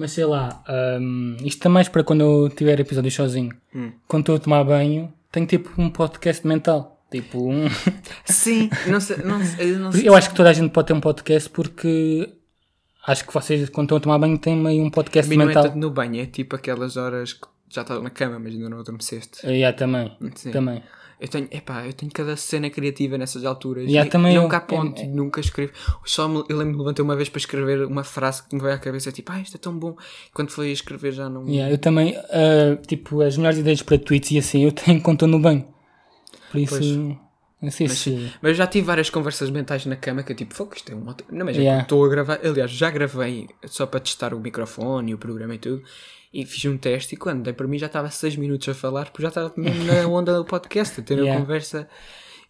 S1: mas sei lá, ahm, isto é mais para quando eu tiver episódios sozinho.
S2: Hum.
S1: Quando estou a tomar banho, tenho tipo um podcast mental. Tipo, um...
S2: Sim, não sei, não sei, eu não sei.
S1: eu acho que toda a gente pode ter um podcast porque acho que vocês, quando estão a tomar banho, têm meio um podcast
S2: A mim não é
S1: mental.
S2: tanto no banho, é tipo aquelas horas que já estás na cama, mas ainda não adormeceste.
S1: Ah, yeah, também.
S2: Sim.
S1: Também.
S2: Eu tenho, epá, eu tenho cada cena criativa nessas alturas.
S1: Já,
S2: E-
S1: também eu-
S2: nunca aponto,
S1: é- é-
S2: nunca escrevo. Só me, eu lembro me levantei uma vez para escrever uma frase que me veio à cabeça, tipo, ah, isto é tão bom. Quando foi a escrever já não.
S1: Yeah, eu também, ah, tipo, as melhores ideias para tweets e assim, eu tenho quando estou no banho. Por isso, não sei se...
S2: Mas eu já tive várias conversas mentais na cama que eu tipo, fogo, isto é um outro. Não, mas é que
S1: Yeah.
S2: eu estou a gravar. Aliás, já gravei só para testar o microfone e o programa e tudo. E fiz um teste e quando dei para mim já estava 6 minutos a falar, porque já estava mesmo na onda do podcast, a ter
S1: Yeah.
S2: a conversa.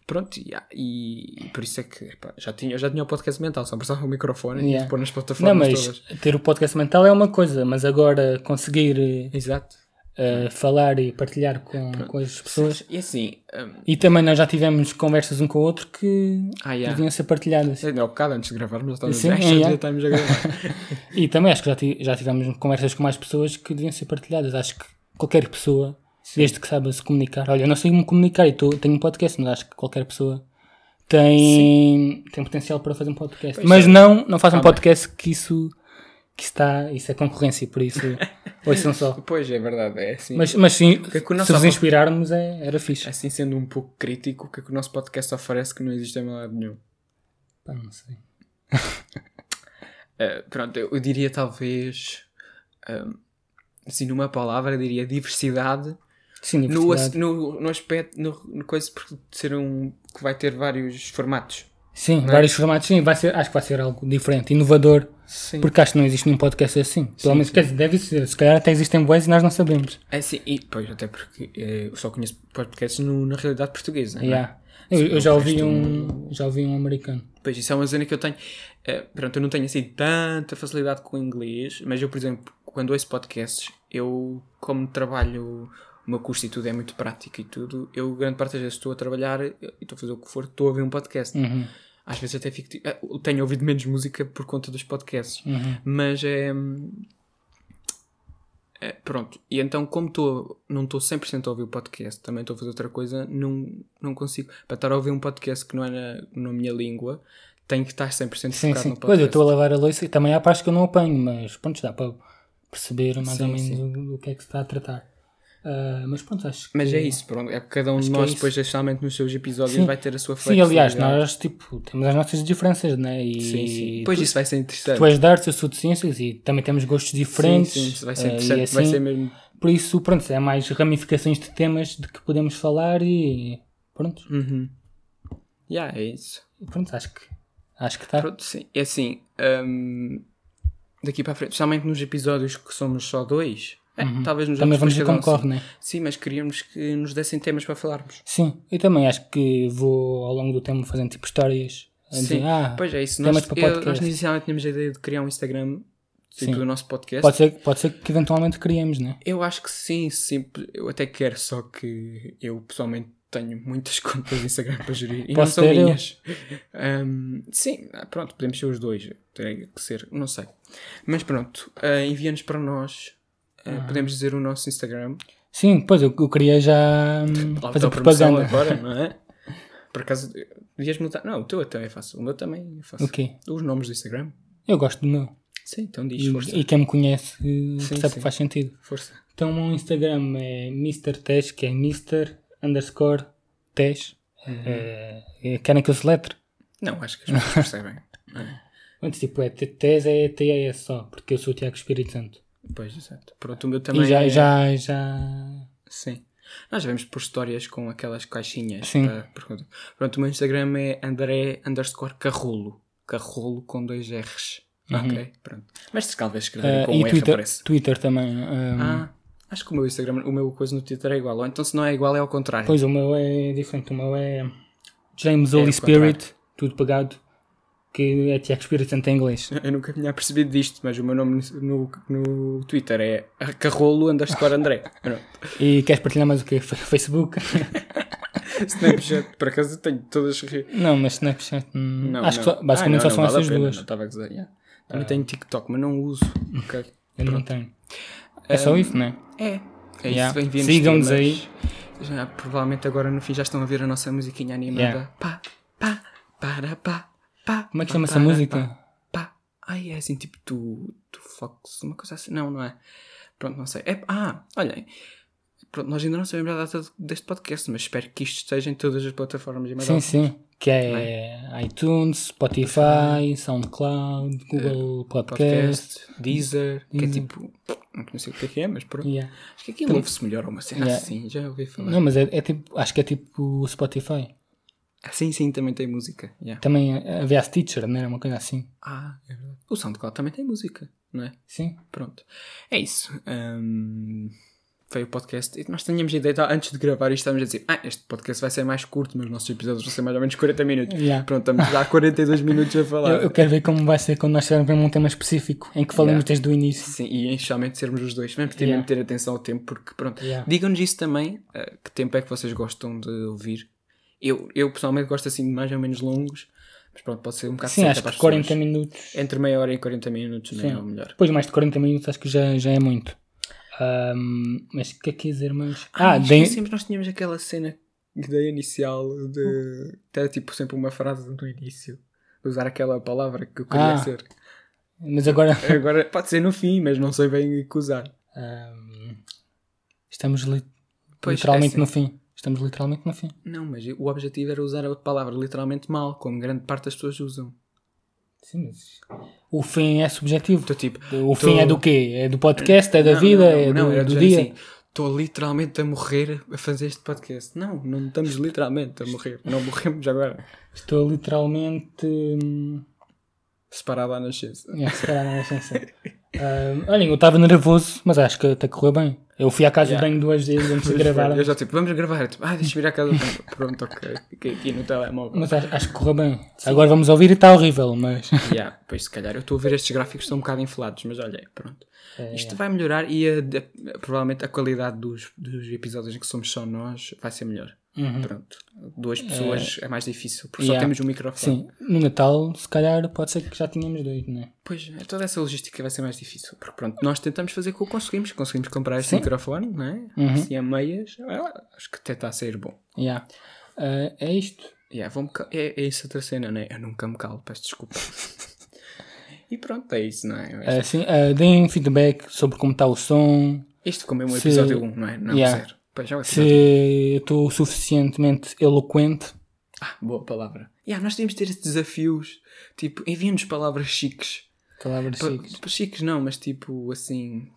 S2: Pronto, e, e, e por isso é que epá, já tinha, eu já tinha o podcast mental, só precisava o microfone e
S1: Yeah.
S2: de pôr nas plataformas
S1: Não, mas
S2: todas.
S1: ter o podcast mental é uma coisa, mas agora conseguir
S2: Exato.
S1: eh, eh, falar e partilhar com, com as pessoas.
S2: E assim, hum,
S1: E também nós já tivemos conversas um com o outro que
S2: ah, yeah.
S1: deviam ser partilhadas.
S2: Não, um bocado antes de gravarmos, já estávamos
S1: Sim,
S2: a dizer, "Ah, isto
S1: yeah.
S2: já estamos a gravar.
S1: E também acho que já, ti- já tivemos conversas com mais pessoas que deviam ser partilhadas. Acho que qualquer pessoa, desde que saiba se comunicar, olha, eu não sei me comunicar e tô- tenho um podcast, mas acho que qualquer pessoa tem, tem potencial para fazer um podcast.
S2: Pois
S1: mas
S2: é.
S1: não, não faça um
S2: Calma.
S1: podcast que isso que está, isso é concorrência, por isso ouçam só.
S2: pois é verdade, é assim.
S1: Mas, mas sim,
S2: é que o
S1: se nos
S2: nosso apo-
S1: inspirarmos é, era fixe.
S2: assim sendo um pouco crítico, o que é que o nosso podcast oferece que não existe em lado nenhum?
S1: Pá, não sei.
S2: Eh, pronto, eu, eu diria talvez, ahm, assim numa palavra, eu diria diversidade,
S1: Sim,
S2: no, as-
S1: diversidade.
S2: no, no aspecto, no, no coisa porque de ser um que vai ter vários formatos.
S1: Sim,
S2: é?
S1: vários formatos. Sim, vai ser, acho que vai ser algo diferente, inovador.
S2: Sim.
S1: Porque acho que não existe nenhum podcast assim. Pelo menos, quer dizer, deve ser. Se calhar até existem boas e nós não sabemos.
S2: É assim, e pois, até porque eh, eu só conheço podcasts no- na realidade portuguesa. não é?
S1: Yeah. Eu, eu
S2: Sim,
S1: já
S2: o
S1: ouvi
S2: resto
S1: um já ouvi um americano.
S2: Pois, isso é uma zona que eu tenho. eh, pronto, eu não tenho assim tanta facilidade com o inglês, mas eu, por exemplo, quando ouço podcasts, eu, como trabalho, o meu curso e tudo é muito prático e tudo, eu, grande parte das vezes, estou a trabalhar e estou a fazer o que for, estou a ouvir um podcast.
S1: Uhum,
S2: Às vezes até fico. ti- eh, eu tenho ouvido menos música por conta dos podcasts,
S1: uhum.
S2: mas é. hum, é, pronto, e então, como tô, não estou 100% a ouvir o podcast, também estou a fazer outra coisa, não, não consigo. Para estar a ouvir um podcast que não é na, na minha língua, tenho que estar 100%
S1: Sim,
S2: focado
S1: sim.
S2: no podcast.
S1: Pois, eu estou a lavar a louça e também há partes que eu não apanho, mas pronto, dá para perceber mais
S2: Sim,
S1: ou menos
S2: sim.
S1: o, o que é que se está a tratar. Ah, mas pronto, acho que.
S2: Mas é isso, pronto. É que cada um
S1: Acho
S2: de
S1: que é
S2: nós,
S1: isso.
S2: depois, especialmente nos seus episódios,
S1: Sim.
S2: vai ter a sua
S1: Sim, aliás,
S2: flexibilidade.
S1: nós tipo, temos as nossas diferenças, né? E
S2: Sim, sim. Pois
S1: tu,
S2: isso vai ser interessante.
S1: tu és de artes, eu sou de ciências e também temos gostos diferentes.
S2: Sim, sim, vai ser
S1: eh, e
S2: interessante. Vai
S1: assim,
S2: ser mesmo.
S1: Por isso, pronto, é mais ramificações de temas de que podemos falar e pronto,
S2: Uhum. Yeah, é isso.
S1: pronto acho que acho que tá. está.
S2: Pronto, sim. É assim, hum, daqui para a frente, especialmente nos episódios que somos só dois, é, talvez nos
S1: Uhum. Também
S2: outros,
S1: vamos
S2: mas
S1: ver
S2: cada um
S1: como corre,
S2: sim.
S1: não é?
S2: Sim, mas queríamos que nos dessem temas para falarmos.
S1: Sim, eu também acho que vou ao longo do tempo fazendo tipo histórias. a dizer,
S2: Sim,
S1: ah,
S2: pois é isso. Nós,
S1: temas para
S2: eu-
S1: podcast.
S2: nós inicialmente tínhamos a ideia de criar um Instagram tipo,
S1: Sim.
S2: do nosso podcast.
S1: pode, ser, pode ser que eventualmente criemos, né?
S2: Eu acho que sim, sim. Eu até quero, só que eu pessoalmente tenho muitas contas de Instagram para gerir e
S1: Posso
S2: não são
S1: ter eu?
S2: minhas. Ahm, sim, ah, pronto, podemos ser os dois. Teria que ser, não sei. Mas pronto, ah, envia-nos para nós. ah, Podemos dizer o nosso Instagram.
S1: Sim, pois eu, eu queria já hum,
S2: Tipo, Lá
S1: fazer
S2: dá promoção
S1: propaganda.
S2: agora, não é? Por acaso, devias mudar. Não, o teu também é fácil. O meu também é fácil.
S1: O quê?
S2: Os nomes do Instagram?
S1: Eu gosto do meu.
S2: Sim, então diz, força.
S1: E, e quem me conhece eh, percebe
S2: sim.
S1: que faz sentido.
S2: Força.
S1: Então o meu Instagram é Mr. Tesh, que é Mr. underscore Tesh.
S2: Uhum.
S1: Eh, eh, querem que eu seletre?
S2: Não, acho que as pessoas percebem.
S1: Antes, tipo, é T- Tesh é T-E-S só, porque eu sou o Tiago Espírito Santo.
S2: Pois, exato. Pronto, o meu também
S1: E já,
S2: é...
S1: já, já...
S2: Sim. Nós já vemos por histórias com aquelas caixinhas.
S1: Sim.
S2: para perguntar. Pronto, o meu Instagram é André underscore Carrolo. Carrolo com dois R's. Ok, pronto. Mas se calvez escreverem
S1: eh,
S2: com um
S1: Uhum. e
S2: R
S1: Twitter,
S2: aparece.
S1: Twitter também. hum,
S2: Ah, acho que o meu Instagram, o meu coisa no Twitter é igual. Ou então se não é igual é ao contrário.
S1: Pois, o meu é diferente. O meu é James
S2: É,
S1: Holy
S2: o
S1: Spirit, tudo pegado, que é Tiago Espírito Santo em inglês.
S2: Eu nunca tinha percebido disto, mas o meu nome no, no Twitter é Carrolo underscore André. Pronto.
S1: E queres partilhar mais o quê? Fe- Facebook?
S2: Snapchat, por acaso eu tenho todas as
S1: não, mas Snapchat... hum,
S2: Não,
S1: acho que
S2: não.
S1: só, basicamente
S2: Ah, não,
S1: só são
S2: não vale a
S1: essas
S2: pena,
S1: duas. Ah.
S2: Não, estava a gozar, yeah. Também tenho TikTok, mas não uso. Ok.
S1: Eu não tenho. É só isso, não é?
S2: É. É
S1: Yeah.
S2: isso, bem-vindos.
S1: Sigam-nos
S2: temas.
S1: aí.
S2: Já, provavelmente agora no fim já estão a ver a nossa musiquinha animada.
S1: Yeah.
S2: Pá, pá, para, pá, pá.
S1: Como é que
S2: pá,
S1: chama essa
S2: para,
S1: música?
S2: Ah, Pá, pá. Ai, é assim tipo tu, tu Fox, uma coisa assim. Não, não é. Pronto, não sei. É, ah, olhem. Pronto, nós ainda não sabemos a data deste podcast, mas espero que isto esteja em todas as plataformas. e mais
S1: Sim,
S2: alguma.
S1: sim. Que é iTunes, Spotify, SoundCloud, Google Podcast.
S2: Eh, um Podcast, Deezer, que é
S1: Deezer.
S2: tipo. Não sei o que é que é, mas pronto.
S1: Uhum. Yeah.
S2: Acho que aquilo ouve-se melhor ou uma cena
S1: Yeah.
S2: assim, já ouvi falar.
S1: Não, mas é, é tipo, acho que é tipo o Spotify.
S2: Ah, sim, sim, também tem música. yeah.
S1: Também eh, havia a Stitcher, não era uma coisa assim.
S2: Ah, é verdade. O SoundCloud também tem música, não é?
S1: Sim.
S2: Pronto. É isso. Ahm, foi o podcast. E Nós tínhamos ideia, tá, antes de gravar isto, estávamos a dizer: Ah, este podcast vai ser mais curto, mas os nossos episódios vão ser mais ou menos 40 minutos.
S1: Yeah.
S2: Pronto, estamos já há 42 minutos a
S1: Eu,
S2: falar.
S1: eu quero ver como vai ser quando nós tivermos mesmo um tema específico em que falemos
S2: Yeah. Um
S1: desde o início.
S2: Sim, e especialmente sermos os dois. Vamos ter
S1: Yeah.
S2: mesmo ter atenção ao tempo, porque pronto.
S1: Yeah.
S2: Digam-nos isso também. ah, que tempo é que vocês gostam de ouvir? Eu, eu pessoalmente gosto assim de mais ou menos longos, mas pronto, pode ser um bocado
S1: Sim,
S2: seca
S1: acho
S2: para as
S1: que 40
S2: pessoas.
S1: minutos.
S2: Entre meia hora e 40 minutos, não é?
S1: Sim.
S2: o melhor.
S1: Depois de mais de 40 minutos acho que já, já é muito. Ahm, mas o que é que ia dizer mais? Ah,
S2: e
S1: deem-
S2: esquecemos, nós tínhamos aquela cena da inicial de. Era tipo sempre uma frase do início. De usar aquela palavra que eu queria
S1: Ah.
S2: ser.
S1: mas agora
S2: Agora pode ser no fim, mas não sei bem o que usar.
S1: ahm, estamos li-
S2: Pois,
S1: literalmente
S2: é assim.
S1: no fim. Estamos literalmente no fim.
S2: Não, mas o objetivo era usar a palavra literalmente mal, como grande parte das pessoas usam.
S1: Sim, mas o fim é subjetivo.
S2: Estou tipo.
S1: O fim
S2: tô-
S1: é do quê? É do podcast? É da
S2: Não,
S1: vida?
S2: não,
S1: é
S2: não,
S1: do,
S2: era
S1: do
S2: dizer
S1: dia?
S2: assim, Estou literalmente a morrer a fazer este podcast. Não, não estamos literalmente a morrer. Não morremos agora.
S1: Estou literalmente. hum,
S2: Separado à nascença.
S1: é, se calhar não é assim, sim. Hum, olhem, eu estava nervoso, mas acho que até correu bem. Eu fui à casa
S2: Yeah.
S1: de banho duas vezes antes de
S2: Pois foi,
S1: gravar,
S2: Eu já tipo, vamos gravar. Eu, Tipo, ah, deixa-me ir à casa. Pronto, ok. Fiquei aqui no telemóvel.
S1: mas acho, acho que correu bem. Agora vamos ouvir e está horrível, mas.
S2: Yeah, pois se calhar eu estou a ver estes gráficos estão um bocado inflados, mas olha, pronto. Isto vai melhorar e a- de- provavelmente a qualidade dos, dos episódios em que somos só nós vai ser melhor. Pronto. Duas pessoas é mais difícil, porque só
S1: yeah.
S2: temos um microfone.
S1: Sim, no Natal, se calhar, pode ser que já tínhamos dois, não é?
S2: Pois, é, toda essa logística vai ser mais difícil. Porque pronto, nós tentamos fazer com o que conseguimos. Conseguimos comprar este microfone, não é? Assim a meias. Ah, Acho que até está a sair bom.
S1: Yeah. Ah, é isto.
S2: Yeah, vou-me cal- é, é isso outra cena, não é? Eu nunca me calo, peço desculpa. e pronto, é isso, não é?
S1: Ah, sim, ah, deem feedback sobre como está o som,
S2: Isto ficou mesmo o
S1: Se-
S2: episódio 1, não é? Não,
S1: Yeah.
S2: zero. Pois, é o episódio
S1: Se eu estou suficientemente eloquente,
S2: Ah, boa palavra. Yeah, nós tínhamos de ter esses desafios. Tipo, enviem-nos palavras chiques.
S1: palavras
S2: Pa-
S1: chiques.
S2: pa- chiques não, mas tipo assim.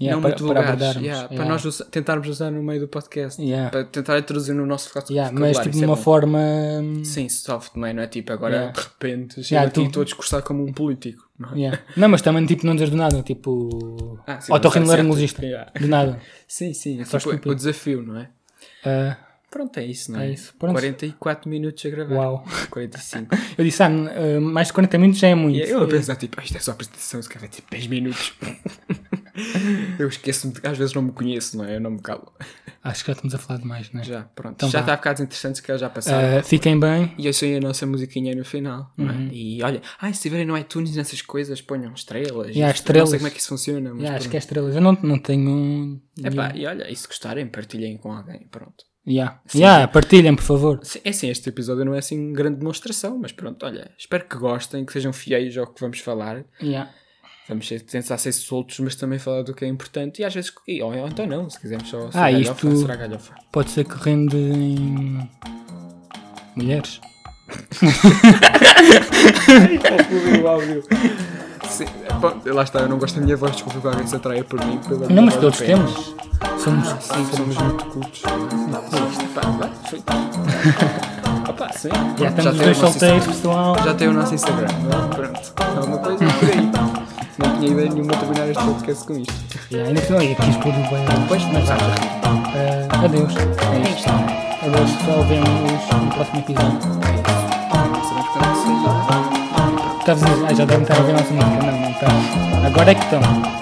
S1: Yeah,
S2: não
S1: para-
S2: muito
S1: para
S2: vulgares.
S1: abordarmos,
S2: yeah, Para
S1: yeah.
S2: nós usa- tentarmos usar no meio do podcast.
S1: Yeah.
S2: Para tentar introduzir no nosso vocabulário.
S1: Yeah, mas tipo
S2: isso é
S1: numa
S2: bom.
S1: forma. hum,
S2: Sim, soft também, não é? Tipo, agora
S1: Yeah.
S2: de repente chega
S1: Yeah,
S2: aqui e
S1: tu-
S2: estou a discursar como um político. não é?
S1: yeah. Não, mas também tipo não dizer do nada, tipo.
S2: Ah, sim,
S1: Otorrinolaringologista.
S2: não sei se é-
S1: Do nada.
S2: Sim, sim, é
S1: Só
S2: tipo,
S1: estúpido.
S2: o desafio, não é?
S1: Ah,
S2: Pronto, é isso, não é?
S1: É isso, pronto.
S2: 44 minutos a gravar.
S1: Uau.
S2: 45.
S1: eu disse, ah, n- ah, mais de 40 minutos já é muito.
S2: E eu a pensar, tipo, "Ah, isto é só apresentação, se calhar tipo 10 minutos. eu esqueço-me, de- às vezes não me conheço, não é? Eu não me calo.
S1: Acho que já estamos a falar demais, não é?
S2: Já, pronto.
S1: Então
S2: já
S1: vá.
S2: está a ficar desinteressante, se calhar já passaram.
S1: Ah, fiquem bem.
S2: E eu sei a nossa musiquinha no final, não é?
S1: Uhum.
S2: E olha, ai, se estiverem no iTunes e nessas coisas, ponham estrelas.
S1: E há
S2: isto- Não
S1: estrelas.
S2: sei como é que isso funciona, mas.
S1: Yeah, acho é
S2: pronto.
S1: que é estrelas. Eu não, não tenho. um
S2: Epá, e olha, e se gostarem, partilhem com alguém, pronto.
S1: Yeah. Yeah, partilhem, por favor.
S2: Sim, É assim, este episódio não é assim grande demonstração, mas pronto, olha, espero que gostem, que sejam fiéis ao que vamos falar.
S1: Yeah.
S2: Vamos ser- tentar ser soltos, mas também falar do que é importante. E às vezes, e- ou, ou então não, se quisermos só
S1: Ah,
S2: galhofa,
S1: isto-
S2: será galhofa.
S1: Pode ser que rende em. mulheres.
S2: Sim, bom, lá está, eu não gosto da minha voz, desculpa que alguém se atraia por mim. Pela minha
S1: Não, mas
S2: voz
S1: todos
S2: de
S1: temos. Somos.
S2: pena. Ah, Sim, somos muito cultos. Pá, vai, foi. Opa, sim.
S1: Já
S2: tem
S1: estamos
S2: o
S1: dois
S2: nosso
S1: solteiros, pessoal.
S2: Já tem o nosso Instagram. Pronto. Alguma coisa por aí. Não tinha ideia nenhuma de terminar este podcast com isto.
S1: Yeah, ainda que não, eu quis pôr o bem.
S2: Pois, mas acho
S1: Tá. Ah, adeus. É isto. Adeus, pessoal. Vemo-nos no próximo episódio.
S2: Sabemos quando é que se
S1: Tá, vocês- ah, já devem estar a ver a nossa música. Não, não estão. Agora é que estão.